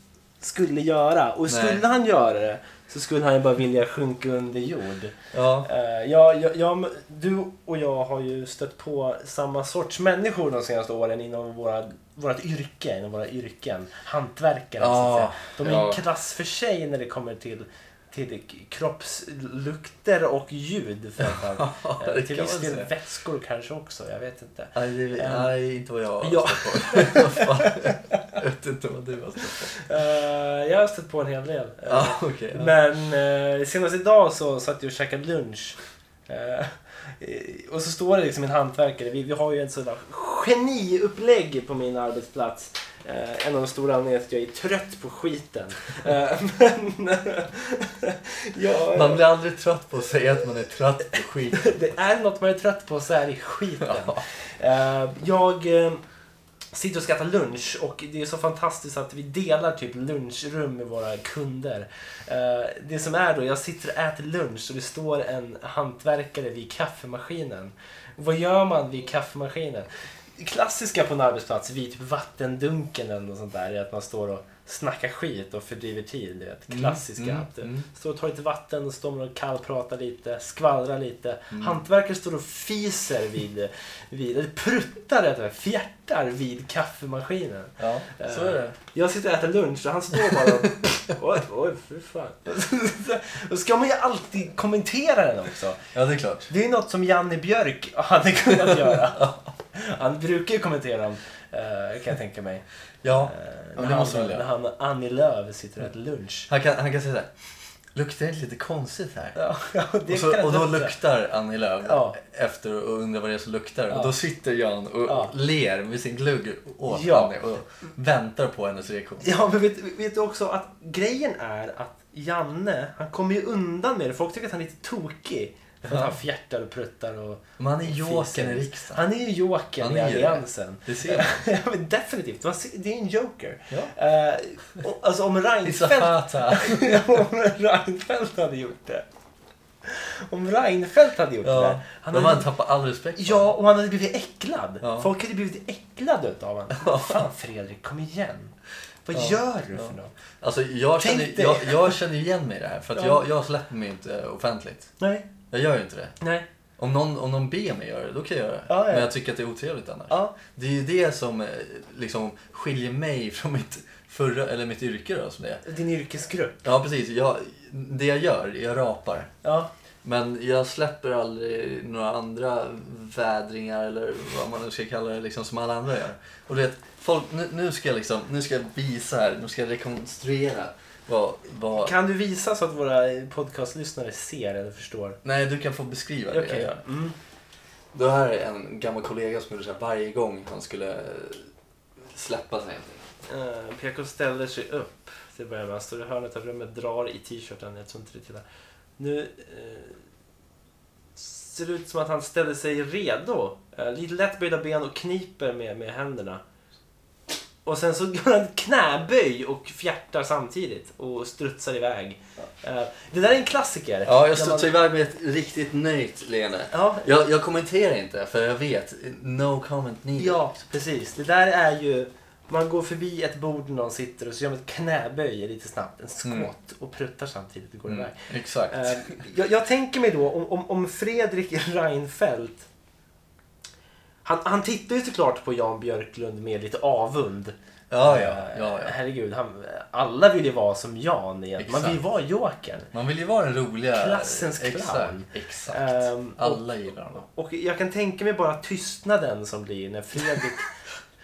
Speaker 2: skulle göra.
Speaker 1: Nej.
Speaker 2: Och skulle han göra det så skulle han ju bara vilja sjunka under jord.
Speaker 1: Ja.
Speaker 2: Eh, Jag, jag, jag, du och jag har ju stött på samma sorts människor de senaste åren inom våra, vårat yrke, inom våra yrken. Hantverkare så att
Speaker 1: Ja,
Speaker 2: säga. De är
Speaker 1: Ah, ja.
Speaker 2: en klass för sig när det kommer till, till kroppslukter och ljud framförallt.
Speaker 1: *laughs* Ja,
Speaker 2: Eh,
Speaker 1: det
Speaker 2: till
Speaker 1: kan
Speaker 2: viss
Speaker 1: man
Speaker 2: del
Speaker 1: säga.
Speaker 2: vätskor kanske också, jag vet inte.
Speaker 1: Nej, det
Speaker 2: Ehm,
Speaker 1: är nej, inte vad jag har
Speaker 2: ja.
Speaker 1: stött på. *laughs* Fan, jag vet inte vad du har stött på.
Speaker 2: Eh, jag har stött på en hel del. Eh,
Speaker 1: Ja, okej. ja.
Speaker 2: Men eh, senast idag så satt jag och käkade lunch. Eh, eh, och så står det liksom en hantverkare. Vi, vi har ju en sån där geniupplägg på min arbetsplats. Eh, en av de stora anledningarna till att jag är trött på skiten. Eh, *laughs* men... jag,
Speaker 1: Man blir aldrig trött på att säga att man är trött på skit.
Speaker 2: det är något man är trött på så är det skiten. Eh, jag eh, sitter och ska äta lunch och det är så fantastiskt att vi delar typ lunchrum med våra kunder. Eh, det som är då, jag sitter och äter lunch och det står en hantverkare vid kaffemaskinen. Vad gör man vid kaffemaskinen? Det klassiska på en arbetsplats vid typ vattendunken eller något sånt där är att man står och snackar skit och fördriver tid. Det är ett klassiska.
Speaker 1: Mm,
Speaker 2: att, eh,
Speaker 1: mm.
Speaker 2: Står och tar lite vatten, och står man och kallpratar lite, skvallrar lite.
Speaker 1: Mm.
Speaker 2: Hantverkare står och fiser vid, vid eller pruttar rättare, fjärtar vid kaffemaskinen. Eh,
Speaker 1: Ja, så är det.
Speaker 2: Jag sitter och äter lunch och han står bara
Speaker 1: *laughs*
Speaker 2: och... Oj, oj, fy fan. *laughs* Då ska man ju alltid kommentera den också.
Speaker 1: Ja, det är klart.
Speaker 2: Det är något som Janne Björk hade
Speaker 1: *laughs*
Speaker 2: kunnat göra. Han brukar ju kommentera dem, eh, kan jag tänka mig.
Speaker 1: Ja,
Speaker 2: Eh,
Speaker 1: men
Speaker 2: när,
Speaker 1: det måste
Speaker 2: han,
Speaker 1: man
Speaker 2: när
Speaker 1: göra.
Speaker 2: han och Annie Lööf sitter och äter lunch.
Speaker 1: Han kan, han kan säga så här. Luktar det inte lite konstigt här?
Speaker 2: Ja, ja, det
Speaker 1: Och, så,
Speaker 2: kan
Speaker 1: och då
Speaker 2: jag säga.
Speaker 1: luktar Annie Lööf
Speaker 2: Ja.
Speaker 1: efter och undrar vad det är som luktar.
Speaker 2: Ja.
Speaker 1: Och då sitter Jan och
Speaker 2: Ja.
Speaker 1: ler med sin glugg åt
Speaker 2: Ja.
Speaker 1: Annie och väntar på hennes reaktion.
Speaker 2: Ja, men vet, vet du också att grejen är att Janne, han kommer ju undan med det. Folk tycker att han är lite tokig. För att
Speaker 1: Ja.
Speaker 2: han fjärtar och pruttar och...
Speaker 1: Men han är jokern
Speaker 2: fiser.
Speaker 1: i riksdagen.
Speaker 2: Han är ju jokern
Speaker 1: Han
Speaker 2: i
Speaker 1: är ju det.
Speaker 2: alliansen. *laughs*
Speaker 1: Det ser man.
Speaker 2: ja, men definitivt. Man ser- Det är en joker.
Speaker 1: Ja.
Speaker 2: Eh, och, alltså om
Speaker 1: It's a
Speaker 2: Reinfeldt...
Speaker 1: fata.
Speaker 2: *laughs* om Reinfeldt hade gjort det. Om Reinfeldt hade gjort det.
Speaker 1: Ja.
Speaker 2: Han
Speaker 1: Men man
Speaker 2: hade,
Speaker 1: tappar all respekt för
Speaker 2: ja, och han hade blivit äcklad.
Speaker 1: Ja.
Speaker 2: Folk hade blivit äcklade utav honom. Fan Fredrik, kom igen. Vad
Speaker 1: Ja,
Speaker 2: gör du för
Speaker 1: ja.
Speaker 2: något?
Speaker 1: Alltså jag
Speaker 2: Tänk
Speaker 1: känner,
Speaker 2: dig.
Speaker 1: jag, jag känner ju igen mig i det här. För att
Speaker 2: Ja.
Speaker 1: jag, jag släpper mig inte eh, offentligt.
Speaker 2: Nej,
Speaker 1: Jag gör ju inte det.
Speaker 2: nej.
Speaker 1: Om någon, om någon ber mig göra det, då kan jag göra det.
Speaker 2: Ja, ja.
Speaker 1: Men jag tycker att det är otrevligt annars.
Speaker 2: Ja.
Speaker 1: Det är ju det som eh, liksom skiljer mig från mitt förra, eller mitt yrke då som det är.
Speaker 2: Din yrkesgrupp.
Speaker 1: Ja precis, jag, det jag gör, jag rapar.
Speaker 2: Ja.
Speaker 1: Men jag släpper aldrig några andra vädringar eller vad man nu ska kalla det, liksom, som alla andra gör. Och du vet, folk, nu, nu, ska jag liksom, nu ska jag visa här, nu ska jag rekonstruera vad, vad...
Speaker 2: Kan du visa så att våra podcastlyssnare ser eller förstår?
Speaker 1: Nej, du kan få beskriva det jag
Speaker 2: Okej.
Speaker 1: gör.
Speaker 2: Mm.
Speaker 1: Det här är en gammal kollega som gjorde så här varje gång han skulle eh, släppa sig.
Speaker 2: Eh, PK ställer sig upp till att börja med. Han står i hörnet av rummet, drar i t-shirten. Jag tror inte det tittar. Nu eh, ser det ut som att han ställer sig redo. Eh, lite lätt böjda ben och kniper med, med händerna. Och sen så gör han ett knäböj och fjärtar samtidigt och strutsar iväg. Eh, Det där är en klassiker.
Speaker 1: Ja, jag
Speaker 2: När man-
Speaker 1: studsade iväg med ett riktigt nöjt leende.
Speaker 2: Ja,
Speaker 1: Jag, jag kommenterar inte för jag vet, no comment needed.
Speaker 2: Ja, precis. Det där är ju... Man går förbi ett bord när någon sitter och så gör man ett knäböj lite snabbt, en squat,
Speaker 1: Mm.
Speaker 2: och pruttar samtidigt och går
Speaker 1: Mm,
Speaker 2: iväg.
Speaker 1: exakt.
Speaker 2: Eh, jag, jag tänker mig då om, om, om Fredrik Reinfeldt han, han tittar ju såklart på Jan Björklund med lite avund.
Speaker 1: ja, ja,
Speaker 2: Eh,
Speaker 1: ja, ja.
Speaker 2: Herregud, han, alla vill ju vara som Jan egentligen. Man vill ju
Speaker 1: Exakt.
Speaker 2: vara jokern.
Speaker 1: Man vill ju vara den roliga.
Speaker 2: Klassens clown.
Speaker 1: Exakt. exakt.
Speaker 2: Ehm, och-
Speaker 1: Alla gillar honom.
Speaker 2: Och jag kan tänka mig bara tystnaden som blir när Fredrik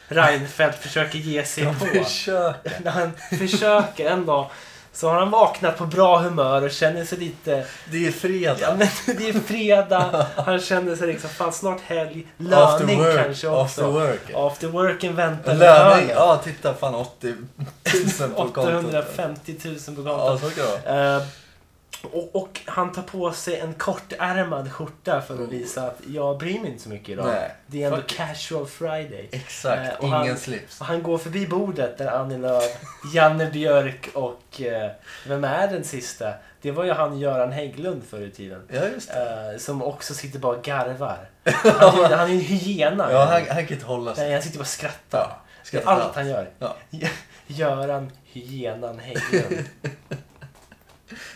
Speaker 2: Reinfeldt försöker ge sig på.
Speaker 1: *laughs* Försök.
Speaker 2: när han försöker en dag så har han vaknat på bra humör och känner sig lite...
Speaker 1: Det är fredag.
Speaker 2: Ja, men det är fredag, han känner sig liksom fan snart helg,
Speaker 1: After
Speaker 2: löning
Speaker 1: work,
Speaker 2: kanske
Speaker 1: After
Speaker 2: också.
Speaker 1: work.
Speaker 2: After worken väntar vid
Speaker 1: Löning.
Speaker 2: hörnet.
Speaker 1: Ja, titta fan 80 000
Speaker 2: *laughs*
Speaker 1: på kontot.
Speaker 2: 850 000 på
Speaker 1: Ja,
Speaker 2: gatan.
Speaker 1: så kan det vara.
Speaker 2: Eh, och, och han tar på sig en kortärmad skjorta för att visa att jag bryr mig inte så mycket idag.
Speaker 1: Nej.
Speaker 2: Det är ändå
Speaker 1: Fuck it.
Speaker 2: casual friday. Eh,
Speaker 1: Exakt.
Speaker 2: och
Speaker 1: Ingen
Speaker 2: han-
Speaker 1: slips.
Speaker 2: Och han går förbi bordet där Annie Lööf, Janne Björk och eh, vem är den sista? Det var ju han Göran Hägglund förr i tiden.
Speaker 1: Ja, just det.
Speaker 2: Eh, som också sitter bara
Speaker 1: *laughs*
Speaker 2: och garvar. Han, är- han är ju en hyena.
Speaker 1: Ja, han, han kan inte hålla sig.
Speaker 2: Nej, han sitter bara och skrattar.
Speaker 1: Ja,
Speaker 2: det är
Speaker 1: skrattar.
Speaker 2: allt han gör.
Speaker 1: Ja.
Speaker 2: *laughs* Göran
Speaker 1: *laughs*
Speaker 2: Hyenan Hägglund.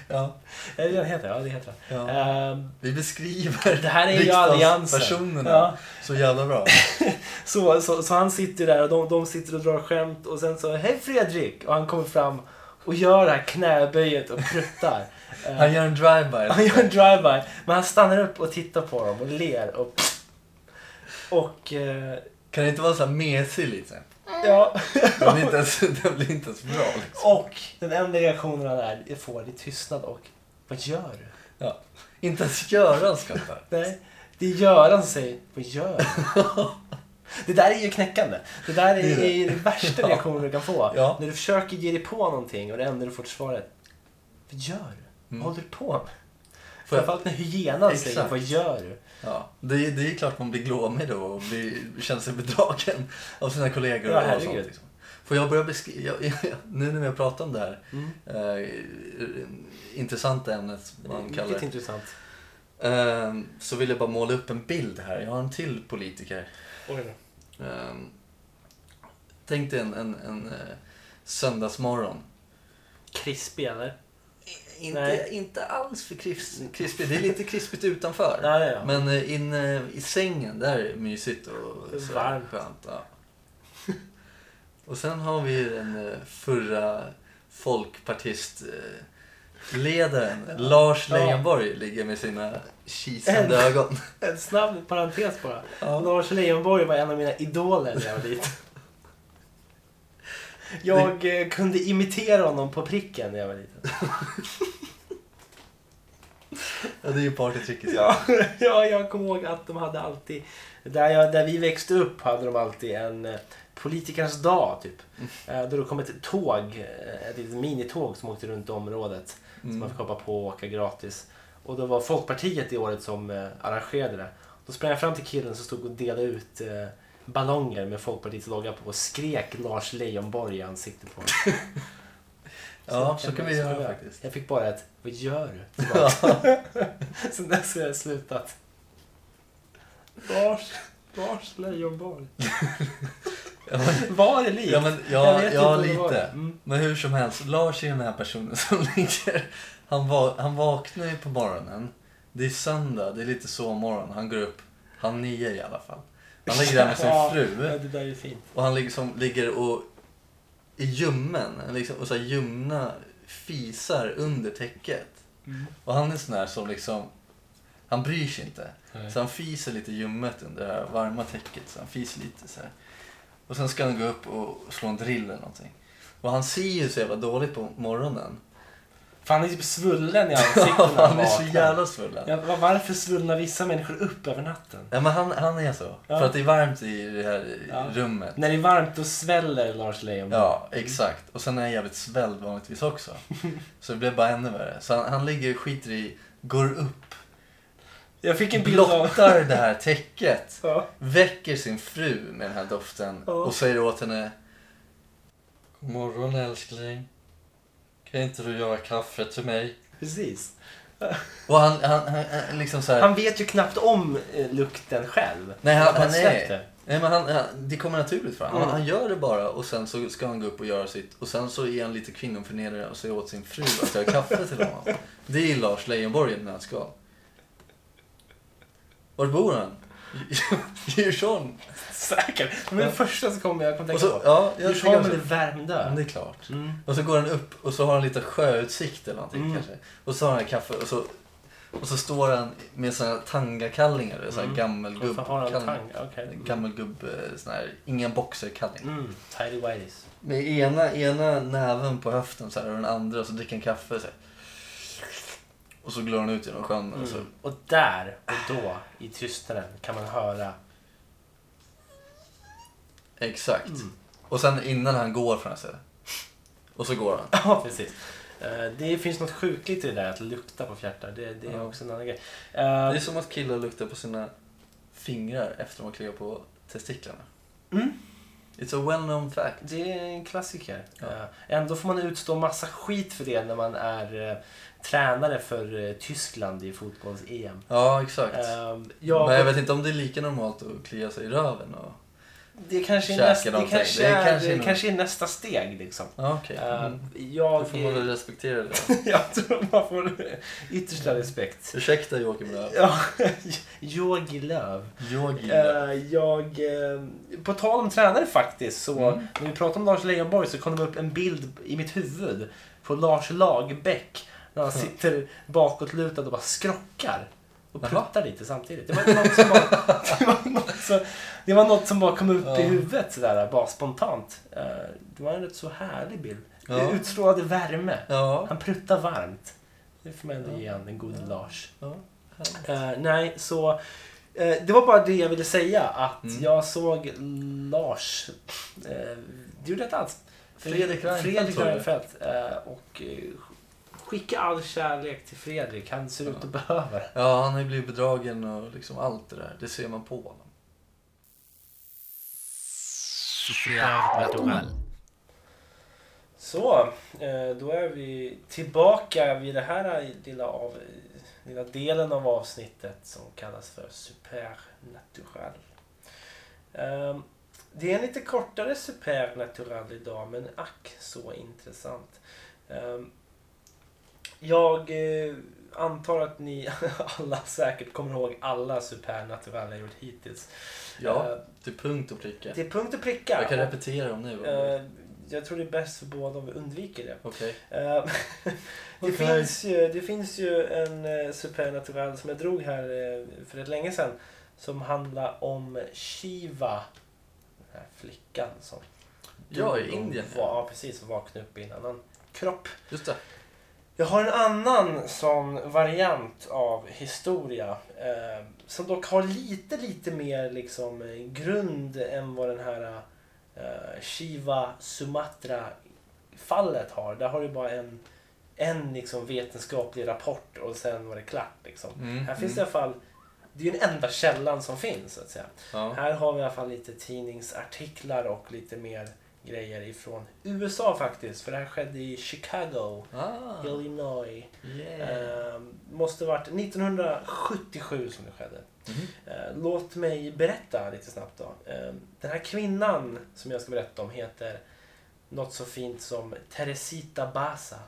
Speaker 1: Ja,
Speaker 2: är det det han heter? Ja, det heter han.
Speaker 1: ja.
Speaker 2: Ehm,
Speaker 1: Vi beskriver
Speaker 2: Det här är ju alliansen.
Speaker 1: riksdagspersonerna
Speaker 2: Ja.
Speaker 1: så jävla bra.
Speaker 2: Så, så, så han sitter där och de, de sitter och drar skämt och sen så Hej Fredrik! Och han kommer fram och gör det här knäböjet och
Speaker 1: *laughs*
Speaker 2: pruttar. Eh,
Speaker 1: Han gör en drive-by.
Speaker 2: han gör en drive-by. Men han stannar upp och tittar på dem och ler och Och eh,
Speaker 1: Kan det inte vara så här mesig lite?
Speaker 2: ja.
Speaker 1: Den blir inte ens, den blir inte ens bra liksom.
Speaker 2: Och den enda reaktionen han är, får det är tystnad och Vad gör du?
Speaker 1: Ja. Inte ens Göran skrattar.
Speaker 2: Nej, det är Göran som säger
Speaker 1: *laughs*
Speaker 2: Vad gör du? Det där är ju knäckande. Det där är,
Speaker 1: Det är det.
Speaker 2: är ju den
Speaker 1: *laughs*
Speaker 2: värsta reaktionen du kan få.
Speaker 1: Ja.
Speaker 2: När du försöker ge dig på någonting och det enda du får till svar är Vad gör du?
Speaker 1: Mm.
Speaker 2: Vad håller du på med?
Speaker 1: Får jag-
Speaker 2: Framförallt när hyenan säger
Speaker 1: Exakt.
Speaker 2: Vad gör du?
Speaker 1: Ja. Det, är- det är klart man blir glåmig då och blir, känner sig bedragen av sina kollegor
Speaker 2: Ja,
Speaker 1: och
Speaker 2: herregud.
Speaker 1: sånt. Liksom. Får jag börja beskriva, nu när vi har pratat om det här
Speaker 2: Mm.
Speaker 1: eh, intressanta ämnet, vad man kallar
Speaker 2: Mycket
Speaker 1: det,
Speaker 2: intressant.
Speaker 1: eh, så vill jag bara måla upp en bild här. Jag har en till politiker.
Speaker 2: Oj då.
Speaker 1: Ehm, tänk dig en, en, en eh, söndagsmorgon.
Speaker 2: Krispig eller?
Speaker 1: I-
Speaker 2: Nej.
Speaker 1: Inte, inte alls för kris- krispigt. Det är lite krispigt utanför.
Speaker 2: Ja, ja, ja.
Speaker 1: Men eh, inne i sängen, där är det mysigt och så
Speaker 2: Varmt.
Speaker 1: skönt. Ja. Och sen har vi den eh, förra folkpartistledaren ledaren Lars
Speaker 2: Ja.
Speaker 1: Leijonborg ligger med sina kisande ögon.
Speaker 2: En snabb parentes bara.
Speaker 1: Ja.
Speaker 2: Lars Leijonborg var en av mina idoler när jag var liten. Jag eh, kunde imitera honom på pricken när jag var liten.
Speaker 1: Ja, det är ju partytricket.
Speaker 2: Ja, ja, *laughs* jag kommer ihåg att de hade alltid, där, jag, där vi växte upp hade de alltid en eh, politikernas dag typ.
Speaker 1: Mm.
Speaker 2: Eh, Då det kom ett tåg, eh, ett litet minitåg som åkte runt området. Som man fick
Speaker 1: Mm.
Speaker 2: hoppa på och åka gratis. Och då var Folkpartiet i året som eh, arrangerade det. Då sprang jag fram till killen som stod och delade ut eh, ballonger med Folkpartiets logga på och skrek Lars Leijonborg i ansiktet på honom.
Speaker 1: Ja, så kan vi
Speaker 2: jag-
Speaker 1: göra faktiskt.
Speaker 2: Jag fick bara ett Vad gör
Speaker 1: *laughs*
Speaker 2: du? *laughs*
Speaker 1: Ja.
Speaker 2: Sen dess har jag slutat. Lars, Lars Leijonborg.
Speaker 1: Ja, men-
Speaker 2: Var är likt?
Speaker 1: Ja, men,
Speaker 2: Jag
Speaker 1: ja,
Speaker 2: vet
Speaker 1: ja
Speaker 2: inte vad det
Speaker 1: lite.
Speaker 2: var. Mm.
Speaker 1: Men hur som helst, Lars är den här personen *laughs* som ligger... Han, va, han vaknar ju på morgonen. Det är söndag, det är lite sovmorgon. Han går upp halv nio i alla fall. Han ligger där med
Speaker 2: Ja,
Speaker 1: sin
Speaker 2: Ja,
Speaker 1: fru
Speaker 2: det där är ju fint.
Speaker 1: och han liksom ligger och i ljummen, liksom, och så här ljumna fisar under täcket.
Speaker 2: Mm.
Speaker 1: Och han är sån här som liksom, han bryr sig inte.
Speaker 2: Nej.
Speaker 1: Så han fiser lite ljummet under det här varma täcket. Så han fiser lite så här. Och sen ska han gå upp och slå en drill eller någonting. Och han ser ju så jävla dåligt på morgonen.
Speaker 2: Fan, han är typ *laughs* svullen i ansiktet när
Speaker 1: *laughs*
Speaker 2: han
Speaker 1: han är så
Speaker 2: vaknar.
Speaker 1: jävla svullen.
Speaker 2: Ja, va- varför svullnar vissa människor upp över natten?
Speaker 1: Ja men han, han är så.
Speaker 2: Ja.
Speaker 1: För att det är varmt i det här
Speaker 2: Ja.
Speaker 1: rummet.
Speaker 2: När det är varmt då sväller Lars Leijonborg.
Speaker 1: Ja, exakt. Och sen är han jävligt svälld vanligtvis också. Så det blev bara ännu värre. Så han, han ligger, skiter i, går upp,
Speaker 2: Jag fick en bild av...
Speaker 1: blottar det här täcket.
Speaker 2: Ja.
Speaker 1: väcker sin fru med den här doften
Speaker 2: Ja.
Speaker 1: och säger åt henne morgon älskling. Kan inte du göra kaffe till mig?
Speaker 2: Precis.
Speaker 1: Och han, han, han, han liksom så här,
Speaker 2: Han vet ju knappt om eh, lukten själv.
Speaker 1: Nej, han-
Speaker 2: Att
Speaker 1: han är-
Speaker 2: släppte.
Speaker 1: Nej, men han, han, det kommer naturligt fram. Han,
Speaker 2: Mm.
Speaker 1: han gör det bara och sen så ska han gå upp och göra sitt. Och sen så är han lite kvinnoförnedrare och säger åt sin fru att göra kaffe till honom. Det är Lars Leijonborg i ett nötskal. Var bor han? *laughs* Djursholm.
Speaker 2: Säkert. Men det första som kommer jag att
Speaker 1: Och
Speaker 2: tänka
Speaker 1: så,
Speaker 2: på.
Speaker 1: ja, jag
Speaker 2: Hur
Speaker 1: tycker
Speaker 2: sa man
Speaker 1: också-
Speaker 2: det
Speaker 1: Ja,
Speaker 2: Värmdö?
Speaker 1: det är klart.
Speaker 2: Mm.
Speaker 1: Och så går han upp och så har han lite sjöutsikt eller någonting
Speaker 2: Mm.
Speaker 1: kanske. Och så har han kaffe och så, och så står han med sina tangakallingar. eller Så här
Speaker 2: Mm.
Speaker 1: gammelgubb...
Speaker 2: Varför har han
Speaker 1: kallingar.
Speaker 2: tang? Okej.
Speaker 1: Gammelgubb, eh, sån här, ingen boxerkallingar.
Speaker 2: Mm. Tidy whities.
Speaker 1: Med ena, ena näven på höften så här, och den andra så dricker han kaffe. Så här. Och så glor han ut genom sjön. alltså. Och så.
Speaker 2: Mm. Och där och då i tystnaden kan man höra *laughs*
Speaker 1: Exakt.
Speaker 2: Mm.
Speaker 1: Och sen innan han går från det här stället. Och så går han.
Speaker 2: Ja, precis. Eh, Det finns något sjukligt i det där att lukta på fjärtar. Det, det är
Speaker 1: Ja.
Speaker 2: också en annan grej. Eh,
Speaker 1: Det är som att killar luktar på sina fingrar efter de har kliat på testiklarna.
Speaker 2: Mm.
Speaker 1: It's a well known fact.
Speaker 2: Det är en klassiker.
Speaker 1: Ja.
Speaker 2: Eh, Ändå får man utstå massa skit för det när man är eh, tränare för eh, Tyskland i fotbolls-EM.
Speaker 1: Ja, exakt.
Speaker 2: Eh, jag,
Speaker 1: Men jag vet inte om det är lika normalt att klia sig i röven. Och...
Speaker 2: det kanske är,
Speaker 1: Käka
Speaker 2: nästa, det
Speaker 1: någonting.
Speaker 2: kanske
Speaker 1: Det
Speaker 2: är,
Speaker 1: är kanske
Speaker 2: det
Speaker 1: någon-
Speaker 2: kanske är nästa steg. Liksom.
Speaker 1: Ja, okej.
Speaker 2: Eh,
Speaker 1: Mm. Då
Speaker 2: Jag,
Speaker 1: får man
Speaker 2: *laughs*
Speaker 1: väl respektera det.
Speaker 2: jag tror man får yttersta respekt.
Speaker 1: Ursäkta Joakim Lööf. *laughs*
Speaker 2: Ja, Yogi Löw.
Speaker 1: Jag gillar...
Speaker 2: Eh, jag, eh, på tal om tränare faktiskt, så
Speaker 1: Mm.
Speaker 2: när vi pratade om Lars Leijonborg så kom det upp en bild i mitt huvud på Lars Lagerbäck. När han
Speaker 1: Mm.
Speaker 2: sitter bakåtlutad och bara skrockar. Och
Speaker 1: Jaha.
Speaker 2: pruttar lite samtidigt. Det var något
Speaker 1: *laughs*
Speaker 2: som bara, det var något som, det var något som bara kom upp
Speaker 1: Ja.
Speaker 2: i huvudet sådär, bara spontant. Eh, det var en rätt så härlig bild.
Speaker 1: Ja.
Speaker 2: Det utstrålade värme.
Speaker 1: Ja.
Speaker 2: Han pruttar varmt. Det får man ändå ge han, den gode Lars.
Speaker 1: ja. härligt.
Speaker 2: Eh, nej, så... eh, det var bara det jag ville säga. Att
Speaker 1: Mm.
Speaker 2: jag såg Lars... eh, det gjorde jag inte alls.
Speaker 1: Fredrik Reinfeldt
Speaker 2: Fredrik
Speaker 1: såg du.
Speaker 2: Reinfeldt. eh, och eh, skicka all kärlek till Fredrik. Han ser ut att behöva det.
Speaker 1: Ja, han har ju blivit bedragen och liksom allt det där. Det ser man på honom.
Speaker 2: Så, eh, då är vi tillbaka vid det här lilla, av, lilla delen av avsnittet som kallas för Supernatural. Ehm, Det är en lite kortare Supernatural idag, men ack så intressant. Ehm, Jag eh, antar att ni *laughs* alla säkert kommer ihåg alla Supernatural jag gjort hittills.
Speaker 1: Ja,
Speaker 2: Eh,
Speaker 1: till punkt och pricka.
Speaker 2: Det är punkt och pricka.
Speaker 1: Jag kan repetera dem nu. om du vill.
Speaker 2: Eh, Jag tror det är bäst för båda om vi undviker det.
Speaker 1: Okej.
Speaker 2: Eh, *laughs* det,
Speaker 1: Okej.
Speaker 2: finns ju, det finns ju en eh, supernatural som jag drog här eh, för ett länge sedan. Som handlar om Shiva. Den här flickan som...
Speaker 1: Ja,
Speaker 2: dog
Speaker 1: i
Speaker 2: och
Speaker 1: Indien.
Speaker 2: va- Ja, precis. Och vaknade upp i en annan kropp.
Speaker 1: Just det.
Speaker 2: Jag har en annan sån variant av historia. Eh, som dock har lite, lite mer liksom eh, grund än vad den här eh, Shiva Sumatra-fallet har. Där har du bara en, en liksom vetenskaplig rapport och sen var det klart. Liksom.
Speaker 1: Mm,
Speaker 2: Här finns
Speaker 1: mm.
Speaker 2: det i alla fall det är ju den enda källan som finns. Så att säga.
Speaker 1: Ja.
Speaker 2: Här har vi i alla fall lite tidningsartiklar och lite mer grejer ifrån USA faktiskt. För det här skedde i Chicago.
Speaker 1: Ah,
Speaker 2: Illinois.
Speaker 1: yeah.
Speaker 2: Eh, måste varit 1977 som det skedde.
Speaker 1: Mhm.
Speaker 2: Eh, låt mig berätta lite snabbt då. Eh, den här kvinnan som jag ska berätta om heter något så fint som Teresita Basa.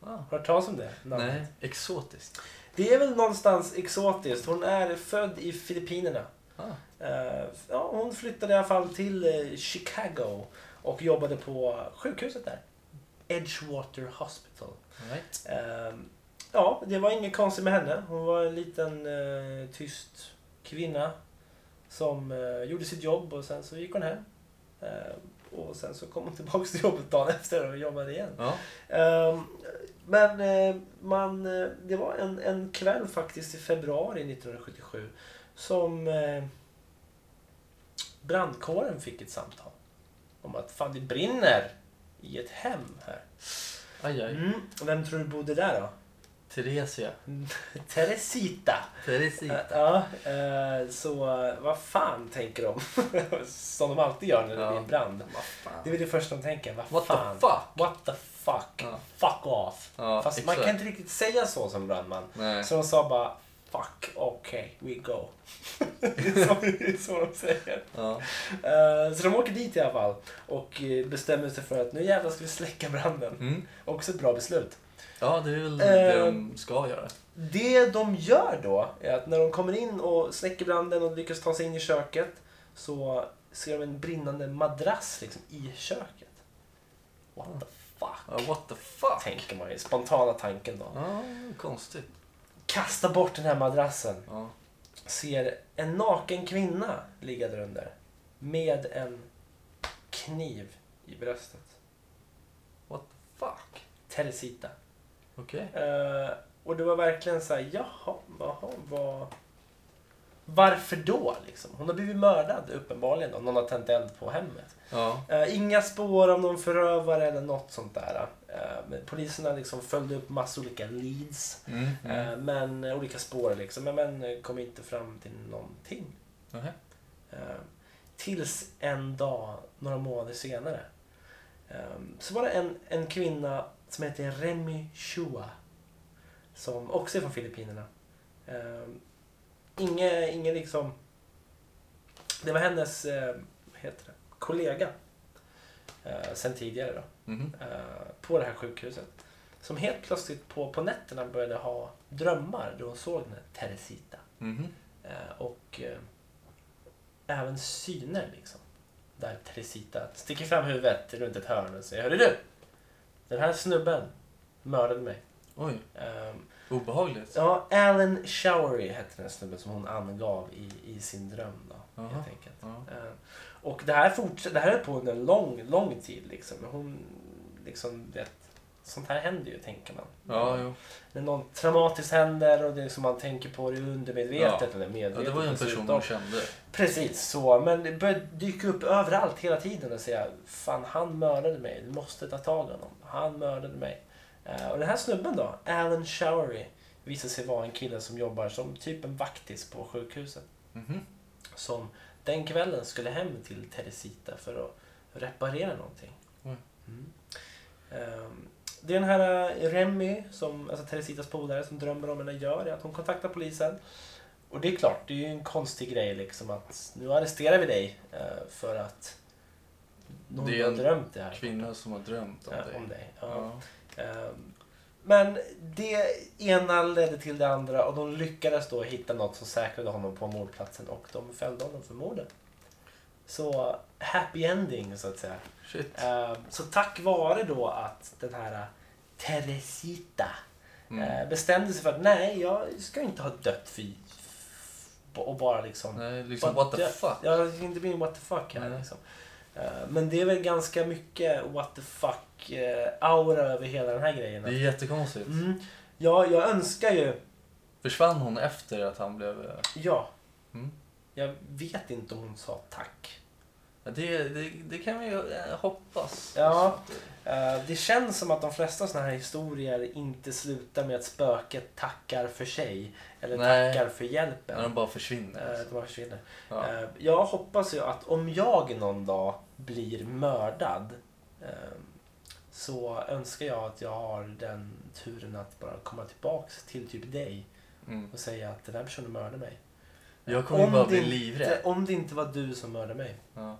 Speaker 1: Ah.
Speaker 2: Har du hört talas om det? Eh, namnet?
Speaker 1: Nej, exotiskt.
Speaker 2: Det är väl någonstans exotiskt. Hon är född i Filippinerna.
Speaker 1: Ah.
Speaker 2: Eh, ja, hon flyttade i alla fall till eh, Chicago och jobbade på sjukhuset där. Edgewater Hospital.
Speaker 1: Right.
Speaker 2: Ehm, ja, det var inget konstigt med henne. Hon var en liten eh, tyst kvinna som eh, gjorde sitt jobb och sen så gick hon hem. Ehm, och sen så kom hon tillbaks till jobbet dagen efter och jobbade igen.
Speaker 1: Ja.
Speaker 2: Ehm, men eh, man, eh, det var en, en kväll faktiskt i februari 1977 som eh, brandkåren fick ett samtal om att fan det brinner i ett hem här.
Speaker 1: Aj, aj.
Speaker 2: Mm. Vem tror du bodde där då?
Speaker 1: Theresia.
Speaker 2: Teresita.
Speaker 1: Teresita.
Speaker 2: Ja, eh, så eh, vad fan tänker de? *laughs* Som de alltid gör när det
Speaker 1: Ja.
Speaker 2: blir brand.
Speaker 1: Vad fan.
Speaker 2: Det är väl det första de tänker. Vad
Speaker 1: What the
Speaker 2: fan?
Speaker 1: fuck?
Speaker 2: What the fuck?
Speaker 1: Ja.
Speaker 2: Fuck off.
Speaker 1: Ja,
Speaker 2: Fast man
Speaker 1: exakt.
Speaker 2: kan inte riktigt säga så som brandman.
Speaker 1: Nej.
Speaker 2: Så de sa bara fuck, okej,
Speaker 1: *laughs*
Speaker 2: we go. det, är så, det är så de säger.
Speaker 1: Ja.
Speaker 2: Eh, så de åker dit i alla fall och eh, bestämmer sig för att nu jävlar ska vi släcka branden.
Speaker 1: Mm.
Speaker 2: Också ett bra beslut.
Speaker 1: ja, det är väl det
Speaker 2: Eh.
Speaker 1: de ska göra.
Speaker 2: Det de gör då är att när de kommer in och släcker branden och lyckas ta sig in i köket så ser de en brinnande madrass liksom i köket. What the fuck?
Speaker 1: Ja, Ah, what the fuck?
Speaker 2: Tänker man ju. Spontana tanken då.
Speaker 1: Ja, konstigt. Ah.
Speaker 2: Kasta bort den här madrassen.
Speaker 1: Ja.
Speaker 2: Ser en naken kvinna ligga där under. Med en kniv i bröstet.
Speaker 1: What the fuck?
Speaker 2: Teresita.
Speaker 1: Okej.
Speaker 2: Eh, och det var verkligen så här, jaha, jaha, vad... Varför då? Liksom? Hon har blivit mördad uppenbarligen om någon har tänt eld på hemmet.
Speaker 1: Ja.
Speaker 2: Eh, inga spår av någon förövare eller något sånt där. Eh, men poliserna liksom följde upp massa olika leads.
Speaker 1: Mm. Mm.
Speaker 2: eh, men eh, olika spår liksom. Men, men eh, kom inte fram till någonting.
Speaker 1: Nähä.
Speaker 2: Eh, Tills en dag, några månader senare, eh, så var det en, en kvinna som heter Remy Chua. Som också är från Filippinerna. Eh, Inge, ingen liksom... Det var hennes eh, vad heter det, kollega eh, sen tidigare då,
Speaker 1: Mhm.
Speaker 2: eh, på det här sjukhuset. Som helt plötsligt på, på nätterna började ha drömmar då hon såg den här Teresita.
Speaker 1: Mhm.
Speaker 2: Eh, Och eh, även syner liksom. Där Teresita sticker fram huvudet runt ett hörn och säger Hörru du! Den här snubben mördade mig.
Speaker 1: Oj,
Speaker 2: Ehm,
Speaker 1: obehagligt.
Speaker 2: Ja, Alan Showery hette den snubben som hon angav i, i sin dröm då,
Speaker 1: Jaha.
Speaker 2: helt enkelt.
Speaker 1: Ja.
Speaker 2: Eh, Och det här, fortsätter, det här är på under en lång, lång tid liksom. Hon, liksom vet, sånt här händer ju, tänker man.
Speaker 1: Ja, jo.
Speaker 2: När något traumatiskt händer och det är som man tänker på det undermedvetet eller medvetet.
Speaker 1: ja. Det var ju en person
Speaker 2: dessutom.
Speaker 1: man kände.
Speaker 2: Precis så, men det började dyka upp överallt hela tiden och säga Fan, han mördade mig. Du måste ta tag i honom. Han mördade mig. Eh, och den här snubben då, Alan Showery, visar sig vara en kille som jobbar som typ en vaktis på sjukhuset.
Speaker 1: Mhm.
Speaker 2: Som den kvällen skulle hem till Teresita för att reparera någonting.
Speaker 1: Oj.
Speaker 2: Mm. Ehm, det är den här eh, Remy, som, alltså Teresitas polare, som drömmer om henne gör är att hon kontaktar polisen. Och det är klart, det är ju en konstig grej liksom att nu arresterar vi dig eh, för att någon
Speaker 1: Det är
Speaker 2: har
Speaker 1: en
Speaker 2: drömt det här.
Speaker 1: Kvinna som har drömt om
Speaker 2: Ja,
Speaker 1: dig.
Speaker 2: om dig. Ja.
Speaker 1: Ja.
Speaker 2: Ehm, Men det ena ledde till det andra och de lyckades då hitta något som säkrade honom på mordplatsen och de fällde honom för mordet. Så happy ending så att säga.
Speaker 1: Shit.
Speaker 2: Ehm, Så tack vare då att den här eh, Teresita
Speaker 1: Mm.
Speaker 2: eh, bestämde sig för att nej, jag ska inte ha dött för och bara liksom
Speaker 1: Nej, liksom what the
Speaker 2: jag-
Speaker 1: fuck?
Speaker 2: Ja, det är inte blir what the fuck här
Speaker 1: Nej.
Speaker 2: liksom. Eh, Men det är väl ganska mycket what the fuck eh, aura över hela den här grejen.
Speaker 1: Det är jättekonstigt.
Speaker 2: Mm. Ja, jag önskar ju...
Speaker 1: Försvann hon efter att han blev... eh,
Speaker 2: Ja.
Speaker 1: Mm.
Speaker 2: Jag vet inte om hon sa tack.
Speaker 1: Ja, det, det, det kan vi ju eh, hoppas.
Speaker 2: Ja. Eh, Det känns som att de flesta såna här historier inte slutar med att spöket tackar för sig. Eller
Speaker 1: Nej.
Speaker 2: tackar för hjälpen.
Speaker 1: När de bara försvinner.
Speaker 2: Eh, De bara försvinner.
Speaker 1: Ja.
Speaker 2: Eh, Jag hoppas ju att om jag någon dag blir mördad eh, så önskar jag att jag har den turen att bara komma tillbaks till typ dig
Speaker 1: Mm.
Speaker 2: och säga att den här personen mördade mig.
Speaker 1: Jag kommer
Speaker 2: Om
Speaker 1: bara
Speaker 2: det
Speaker 1: bli
Speaker 2: inte-
Speaker 1: livrädd.
Speaker 2: Om det inte var du som mördade mig.
Speaker 1: Ja.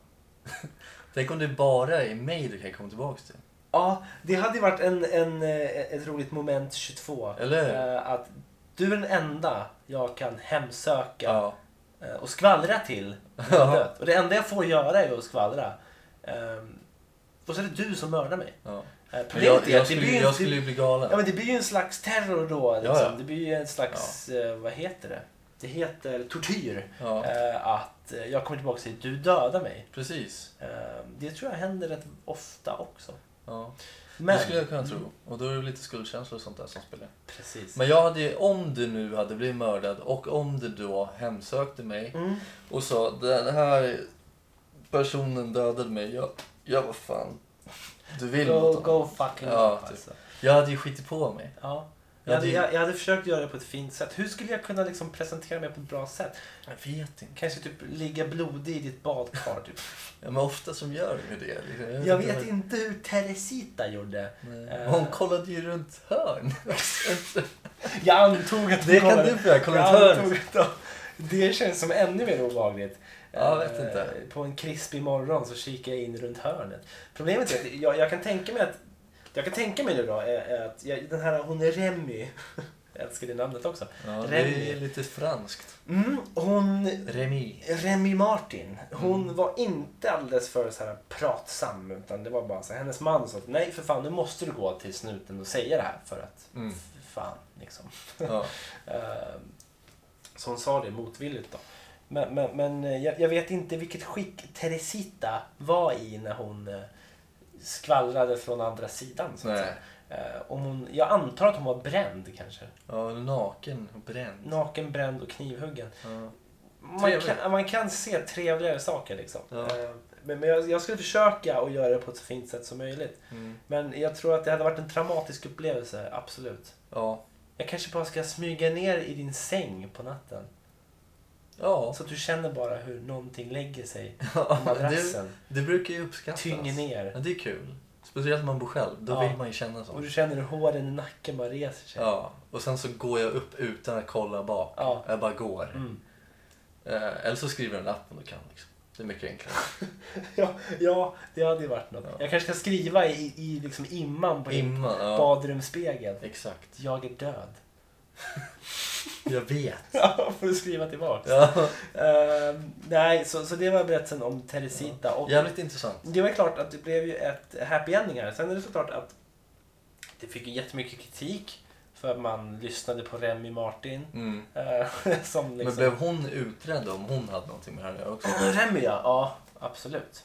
Speaker 1: *laughs* Tänk om det bara är mig du kan komma tillbaka till.
Speaker 2: Ja, det hade ju varit en, en, eh, ett roligt moment 22.
Speaker 1: Eller hur?
Speaker 2: Eh, Att du är den enda jag kan hemsöka
Speaker 1: Ja.
Speaker 2: eh, och skvallra till när jag har dött. Och det enda jag får göra är att skvallra. Ehm, Och så är det du som mördar mig.
Speaker 1: ja.
Speaker 2: Eh,
Speaker 1: Men
Speaker 2: Problemet
Speaker 1: jag,
Speaker 2: är
Speaker 1: jag,
Speaker 2: att det
Speaker 1: skulle,
Speaker 2: blir ju
Speaker 1: jag skulle
Speaker 2: det-
Speaker 1: ju bli
Speaker 2: ja,
Speaker 1: galen.
Speaker 2: men det blir ju en slags terror då. Liksom.
Speaker 1: Ja, ja.
Speaker 2: Det blir ju en slags, eh, vad heter det? Det heter tortyr.
Speaker 1: Ja,
Speaker 2: Eh, Att eh, jag kommer tillbaka och säger du dödar mig.
Speaker 1: precis.
Speaker 2: Eh, Det tror jag händer rätt ofta också.
Speaker 1: Ja.
Speaker 2: Men,
Speaker 1: Det skulle jag kunna tro. Och då är det lite skuldkänslor och sånt där som spelar in.
Speaker 2: precis.
Speaker 1: Men jag hade ju, om du nu hade blivit mördad och om du då hemsökte mig
Speaker 2: Mm.
Speaker 1: och sa den här personen dödade mig. Jag, jag vad fan. Du vill
Speaker 2: Go,
Speaker 1: mot honom.
Speaker 2: go fucking
Speaker 1: Ja,
Speaker 2: up
Speaker 1: typ.
Speaker 2: alltså.
Speaker 1: Jag hade ju skitit på mig.
Speaker 2: Ja. Jag hade,
Speaker 1: det-
Speaker 2: jag, jag hade försökt göra det på ett fint sätt. Hur skulle jag kunna liksom presentera mig på ett bra sätt?
Speaker 1: Jag vet inte.
Speaker 2: Kanske typ ligga blodig i ditt badkar. Typ.
Speaker 1: Ja, men ofta som gör de ju det. Liksom.
Speaker 2: Jag
Speaker 1: vad-
Speaker 2: vet inte hur Teresita gjorde.
Speaker 1: Nej.
Speaker 2: Eh.
Speaker 1: Hon kollade ju runt
Speaker 2: *laughs*
Speaker 1: hörn.
Speaker 2: Jag antog att
Speaker 1: det kan
Speaker 2: kollade-
Speaker 1: du få göra, kolla
Speaker 2: Jag
Speaker 1: runt hörn.
Speaker 2: antog att de- Det känns som ännu mer obehagligt.
Speaker 1: Ja, jag vet inte.
Speaker 2: Eh, På en krispig morgon så kikar jag in runt hörnet. Problemet är att jag, jag kan tänka mig att jag kan tänka mig nu då är, är att jag, den här hon är Remy. *laughs* Jag älskar det namnet också.
Speaker 1: Ja, det
Speaker 2: Remi.
Speaker 1: är lite franskt.
Speaker 2: Mm, hon
Speaker 1: Remi.
Speaker 2: Remy Martin, hon
Speaker 1: Mm.
Speaker 2: var inte alldeles för så här pratsam utan det var bara så här, hennes man sa att nej för fan nu måste du gå till snuten och säga det här för att
Speaker 1: Mm.
Speaker 2: f- fan liksom. *laughs*
Speaker 1: Ja.
Speaker 2: Eh, Så hon sa det motvilligt då. Men, men, men eh, jag, jag vet inte vilket skick Teresita var i när hon eh, skvallrade från andra sidan. Så att
Speaker 1: Nej.
Speaker 2: säga. Eh, Om hon, jag antar att hon var bränd kanske.
Speaker 1: Ja, naken och bränd.
Speaker 2: Naken, bränd och knivhuggen.
Speaker 1: Ja.
Speaker 2: Man
Speaker 1: Trevligt.
Speaker 2: kan, man kan se trevligare saker liksom.
Speaker 1: Ja.
Speaker 2: Eh, Men, men jag, jag skulle försöka att göra det på ett så fint sätt som möjligt.
Speaker 1: Mm.
Speaker 2: Men jag tror att det hade varit en traumatisk upplevelse, absolut.
Speaker 1: Ja.
Speaker 2: Jag kanske bara ska smyga ner i din säng på natten.
Speaker 1: Ja.
Speaker 2: Så att du känner bara hur någonting lägger sig på
Speaker 1: *laughs* ja. Det,
Speaker 2: madrassen.
Speaker 1: det brukar ju uppskattas.
Speaker 2: Tynger ner.
Speaker 1: Ja, det är kul. Speciellt om man bor själv. Då
Speaker 2: Ja. Oh,
Speaker 1: vill man ju känna
Speaker 2: Och
Speaker 1: så.
Speaker 2: du känner hur håren i nacken bara reser sig.
Speaker 1: Ja. Och sen så går jag upp utan att kolla bak.
Speaker 2: Ja.
Speaker 1: Jag bara går.
Speaker 2: Mm.
Speaker 1: Eh, eller så skriver jag en lapp om du kan. Liksom. Det är mycket enklare.
Speaker 2: *laughs* Ja, ja, det hade ju varit något.
Speaker 1: Ja.
Speaker 2: Jag kanske ska skriva i, i liksom imman på din
Speaker 1: Imman, ja.
Speaker 2: badrumsspegeln.
Speaker 1: Exakt.
Speaker 2: Jag är död.
Speaker 1: Jag vet.
Speaker 2: *laughs* Ja, får du skriva tillbaka.
Speaker 1: Ja.
Speaker 2: Ehm, nej, så, så det var berättelsen om Teresita. Och
Speaker 1: Jävligt intressant.
Speaker 2: Det var klart att det blev ju ett happy ending här. Sen är det såklart att det fick ju jättemycket kritik för att man lyssnade på Remy Martin.
Speaker 1: Mm.
Speaker 2: eh, *laughs* som liksom...
Speaker 1: Men
Speaker 2: *clears throat*
Speaker 1: blev hon utredd om hon hade någonting med det här att göra också?
Speaker 2: Remy ja, ja absolut.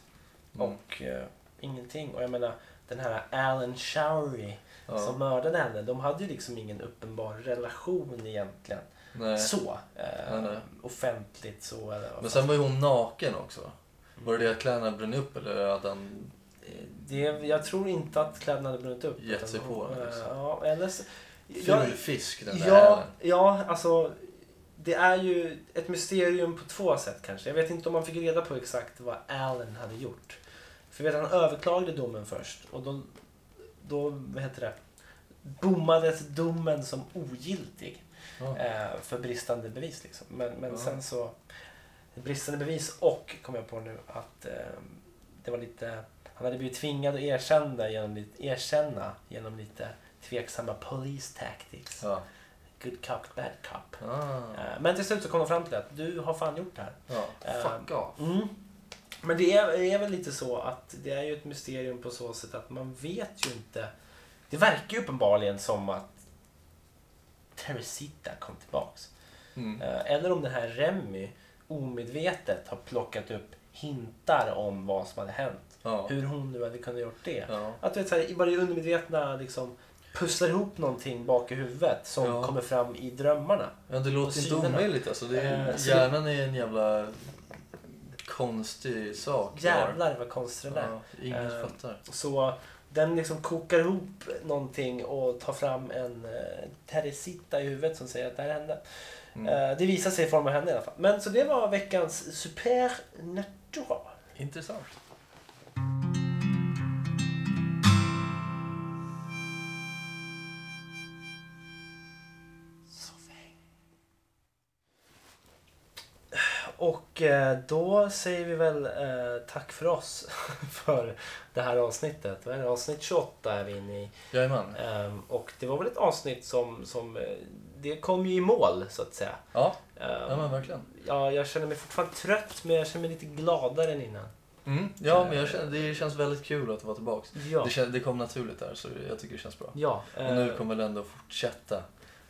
Speaker 1: Mm.
Speaker 2: Och eh, ingenting. Och jag menar den här Alan Showery
Speaker 1: Ja.
Speaker 2: som mördade henne. De hade ju liksom ingen uppenbar relation egentligen.
Speaker 1: Nej.
Speaker 2: Så. Eh,
Speaker 1: Nej, nej.
Speaker 2: Offentligt så. Eller, vad
Speaker 1: Men
Speaker 2: fan.
Speaker 1: sen var ju hon naken också. va? Var det det att kläderna brann upp eller hade han...
Speaker 2: Det, jag tror inte att kläderna hade brunnit upp.
Speaker 1: Gett sig
Speaker 2: utan
Speaker 1: på
Speaker 2: hon-
Speaker 1: henne, liksom.
Speaker 2: eh, Ja, eller så,
Speaker 1: Ful fisk den där
Speaker 2: ja,
Speaker 1: älen.
Speaker 2: ja, alltså. Det är ju ett mysterium på två sätt kanske. Jag vet inte om man fick reda på exakt vad Allen hade gjort. För jag vet, han överklagade domen först och då, då vad heter det, bommades domen som ogiltig
Speaker 1: Ja.
Speaker 2: eh, för bristande bevis. Liksom. Men, men
Speaker 1: Ja.
Speaker 2: sen så... Bristande bevis och, kom jag på nu, att eh, det var lite... Han hade blivit tvingad att erkänna genom lite, erkänna genom lite tveksamma police tactics.
Speaker 1: Ja.
Speaker 2: Good cop, bad cop.
Speaker 1: Ah.
Speaker 2: Eh, Men till slut så kom de fram till att du har fan gjort det här.
Speaker 1: ja. Fuck off.
Speaker 2: Mm. Men det är, är väl lite så att det är ju ett mysterium på så sätt att man vet ju inte. Det verkar ju uppenbarligen som att Teresita kom tillbaks.
Speaker 1: Mm.
Speaker 2: Eh, Eller om den här Remy omedvetet har plockat upp hintar om vad som hade hänt.
Speaker 1: Ja.
Speaker 2: Hur hon nu hade kunnat gjort det.
Speaker 1: Ja.
Speaker 2: Att du vet, så här, i bara det undermedvetna liksom pusslar ihop någonting bak i huvudet som
Speaker 1: Ja.
Speaker 2: kommer fram i drömmarna.
Speaker 1: ja, det låter inte
Speaker 2: synerna.
Speaker 1: omöjligt alltså. Det är,
Speaker 2: Eh, så-
Speaker 1: hjärnan är en jävla konstig sak.
Speaker 2: Jävlar vad konstigt det där.
Speaker 1: Ja, ingen
Speaker 2: Eh,
Speaker 1: fattar.
Speaker 2: Så den liksom kokar ihop någonting och tar fram en eh, Teresita i huvudet som säger att det här hände.
Speaker 1: Mm.
Speaker 2: Eh, det visar sig i form av henne i alla fall. Men så det var veckans supernatural.
Speaker 1: Intressant.
Speaker 2: Och eh, då säger vi väl eh, tack för oss *laughs* för det här avsnittet. Vad är det? Avsnitt 28 är vi inne i.
Speaker 1: Jajamän.
Speaker 2: Ehm, och det var väl ett avsnitt som, som eh, det kom ju i mål så att säga.
Speaker 1: Ja,
Speaker 2: Ehm,
Speaker 1: ja men verkligen.
Speaker 2: ja, jag känner mig fortfarande trött men jag känner mig lite gladare än innan.
Speaker 1: Mm. Ja, men jag känner, det känns väldigt kul att vara tillbaka.
Speaker 2: Eh. Ja.
Speaker 1: Det, kän- det kom naturligt där så jag tycker det känns bra.
Speaker 2: Ja,
Speaker 1: Och nu
Speaker 2: eh,
Speaker 1: kommer det ändå fortsätta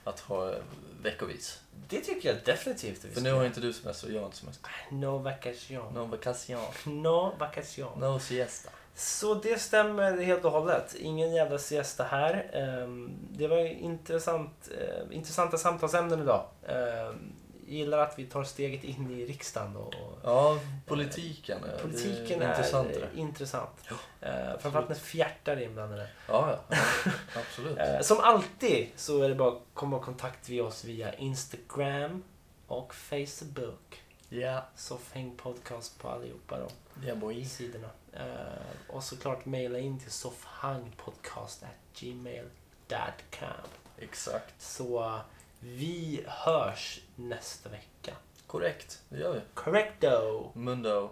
Speaker 1: att ha eh, veckovis.
Speaker 2: det tycker jag definitivt att vi
Speaker 1: För
Speaker 2: ska
Speaker 1: nu har inte du semester och jag har inte semester.
Speaker 2: göra. No vacation.
Speaker 1: No vacation.
Speaker 2: No vacation.
Speaker 1: No siesta.
Speaker 2: Så det stämmer helt och hållet. Ingen jävla siesta här. Ehm, Det var intressant, eh, intressanta samtalsämnen idag. Ehm, gillar att vi tar steget in i riksdagen och, och
Speaker 1: Ja, politiken. ja, det
Speaker 2: Politiken
Speaker 1: är
Speaker 2: är
Speaker 1: intressant.
Speaker 2: intressant.
Speaker 1: det där.
Speaker 2: intressant. Eh, framförallt när fjärtar är inblandade.
Speaker 1: Ja, ja, ja,
Speaker 2: *laughs*
Speaker 1: absolut.
Speaker 2: Eh, som alltid så är det bara att komma i kontakt med oss via Instagram och Facebook.
Speaker 1: Ja,
Speaker 2: Soffhäng podcast på allihopa de
Speaker 1: yeah, boy.
Speaker 2: sidorna. Eh, och såklart mejla in till soffhangpodcast.gmail.com
Speaker 1: Exakt.
Speaker 2: Så eh, vi hörs nästa vecka.
Speaker 1: Korrekt, det gör vi.
Speaker 2: Correcto!
Speaker 1: Mundo.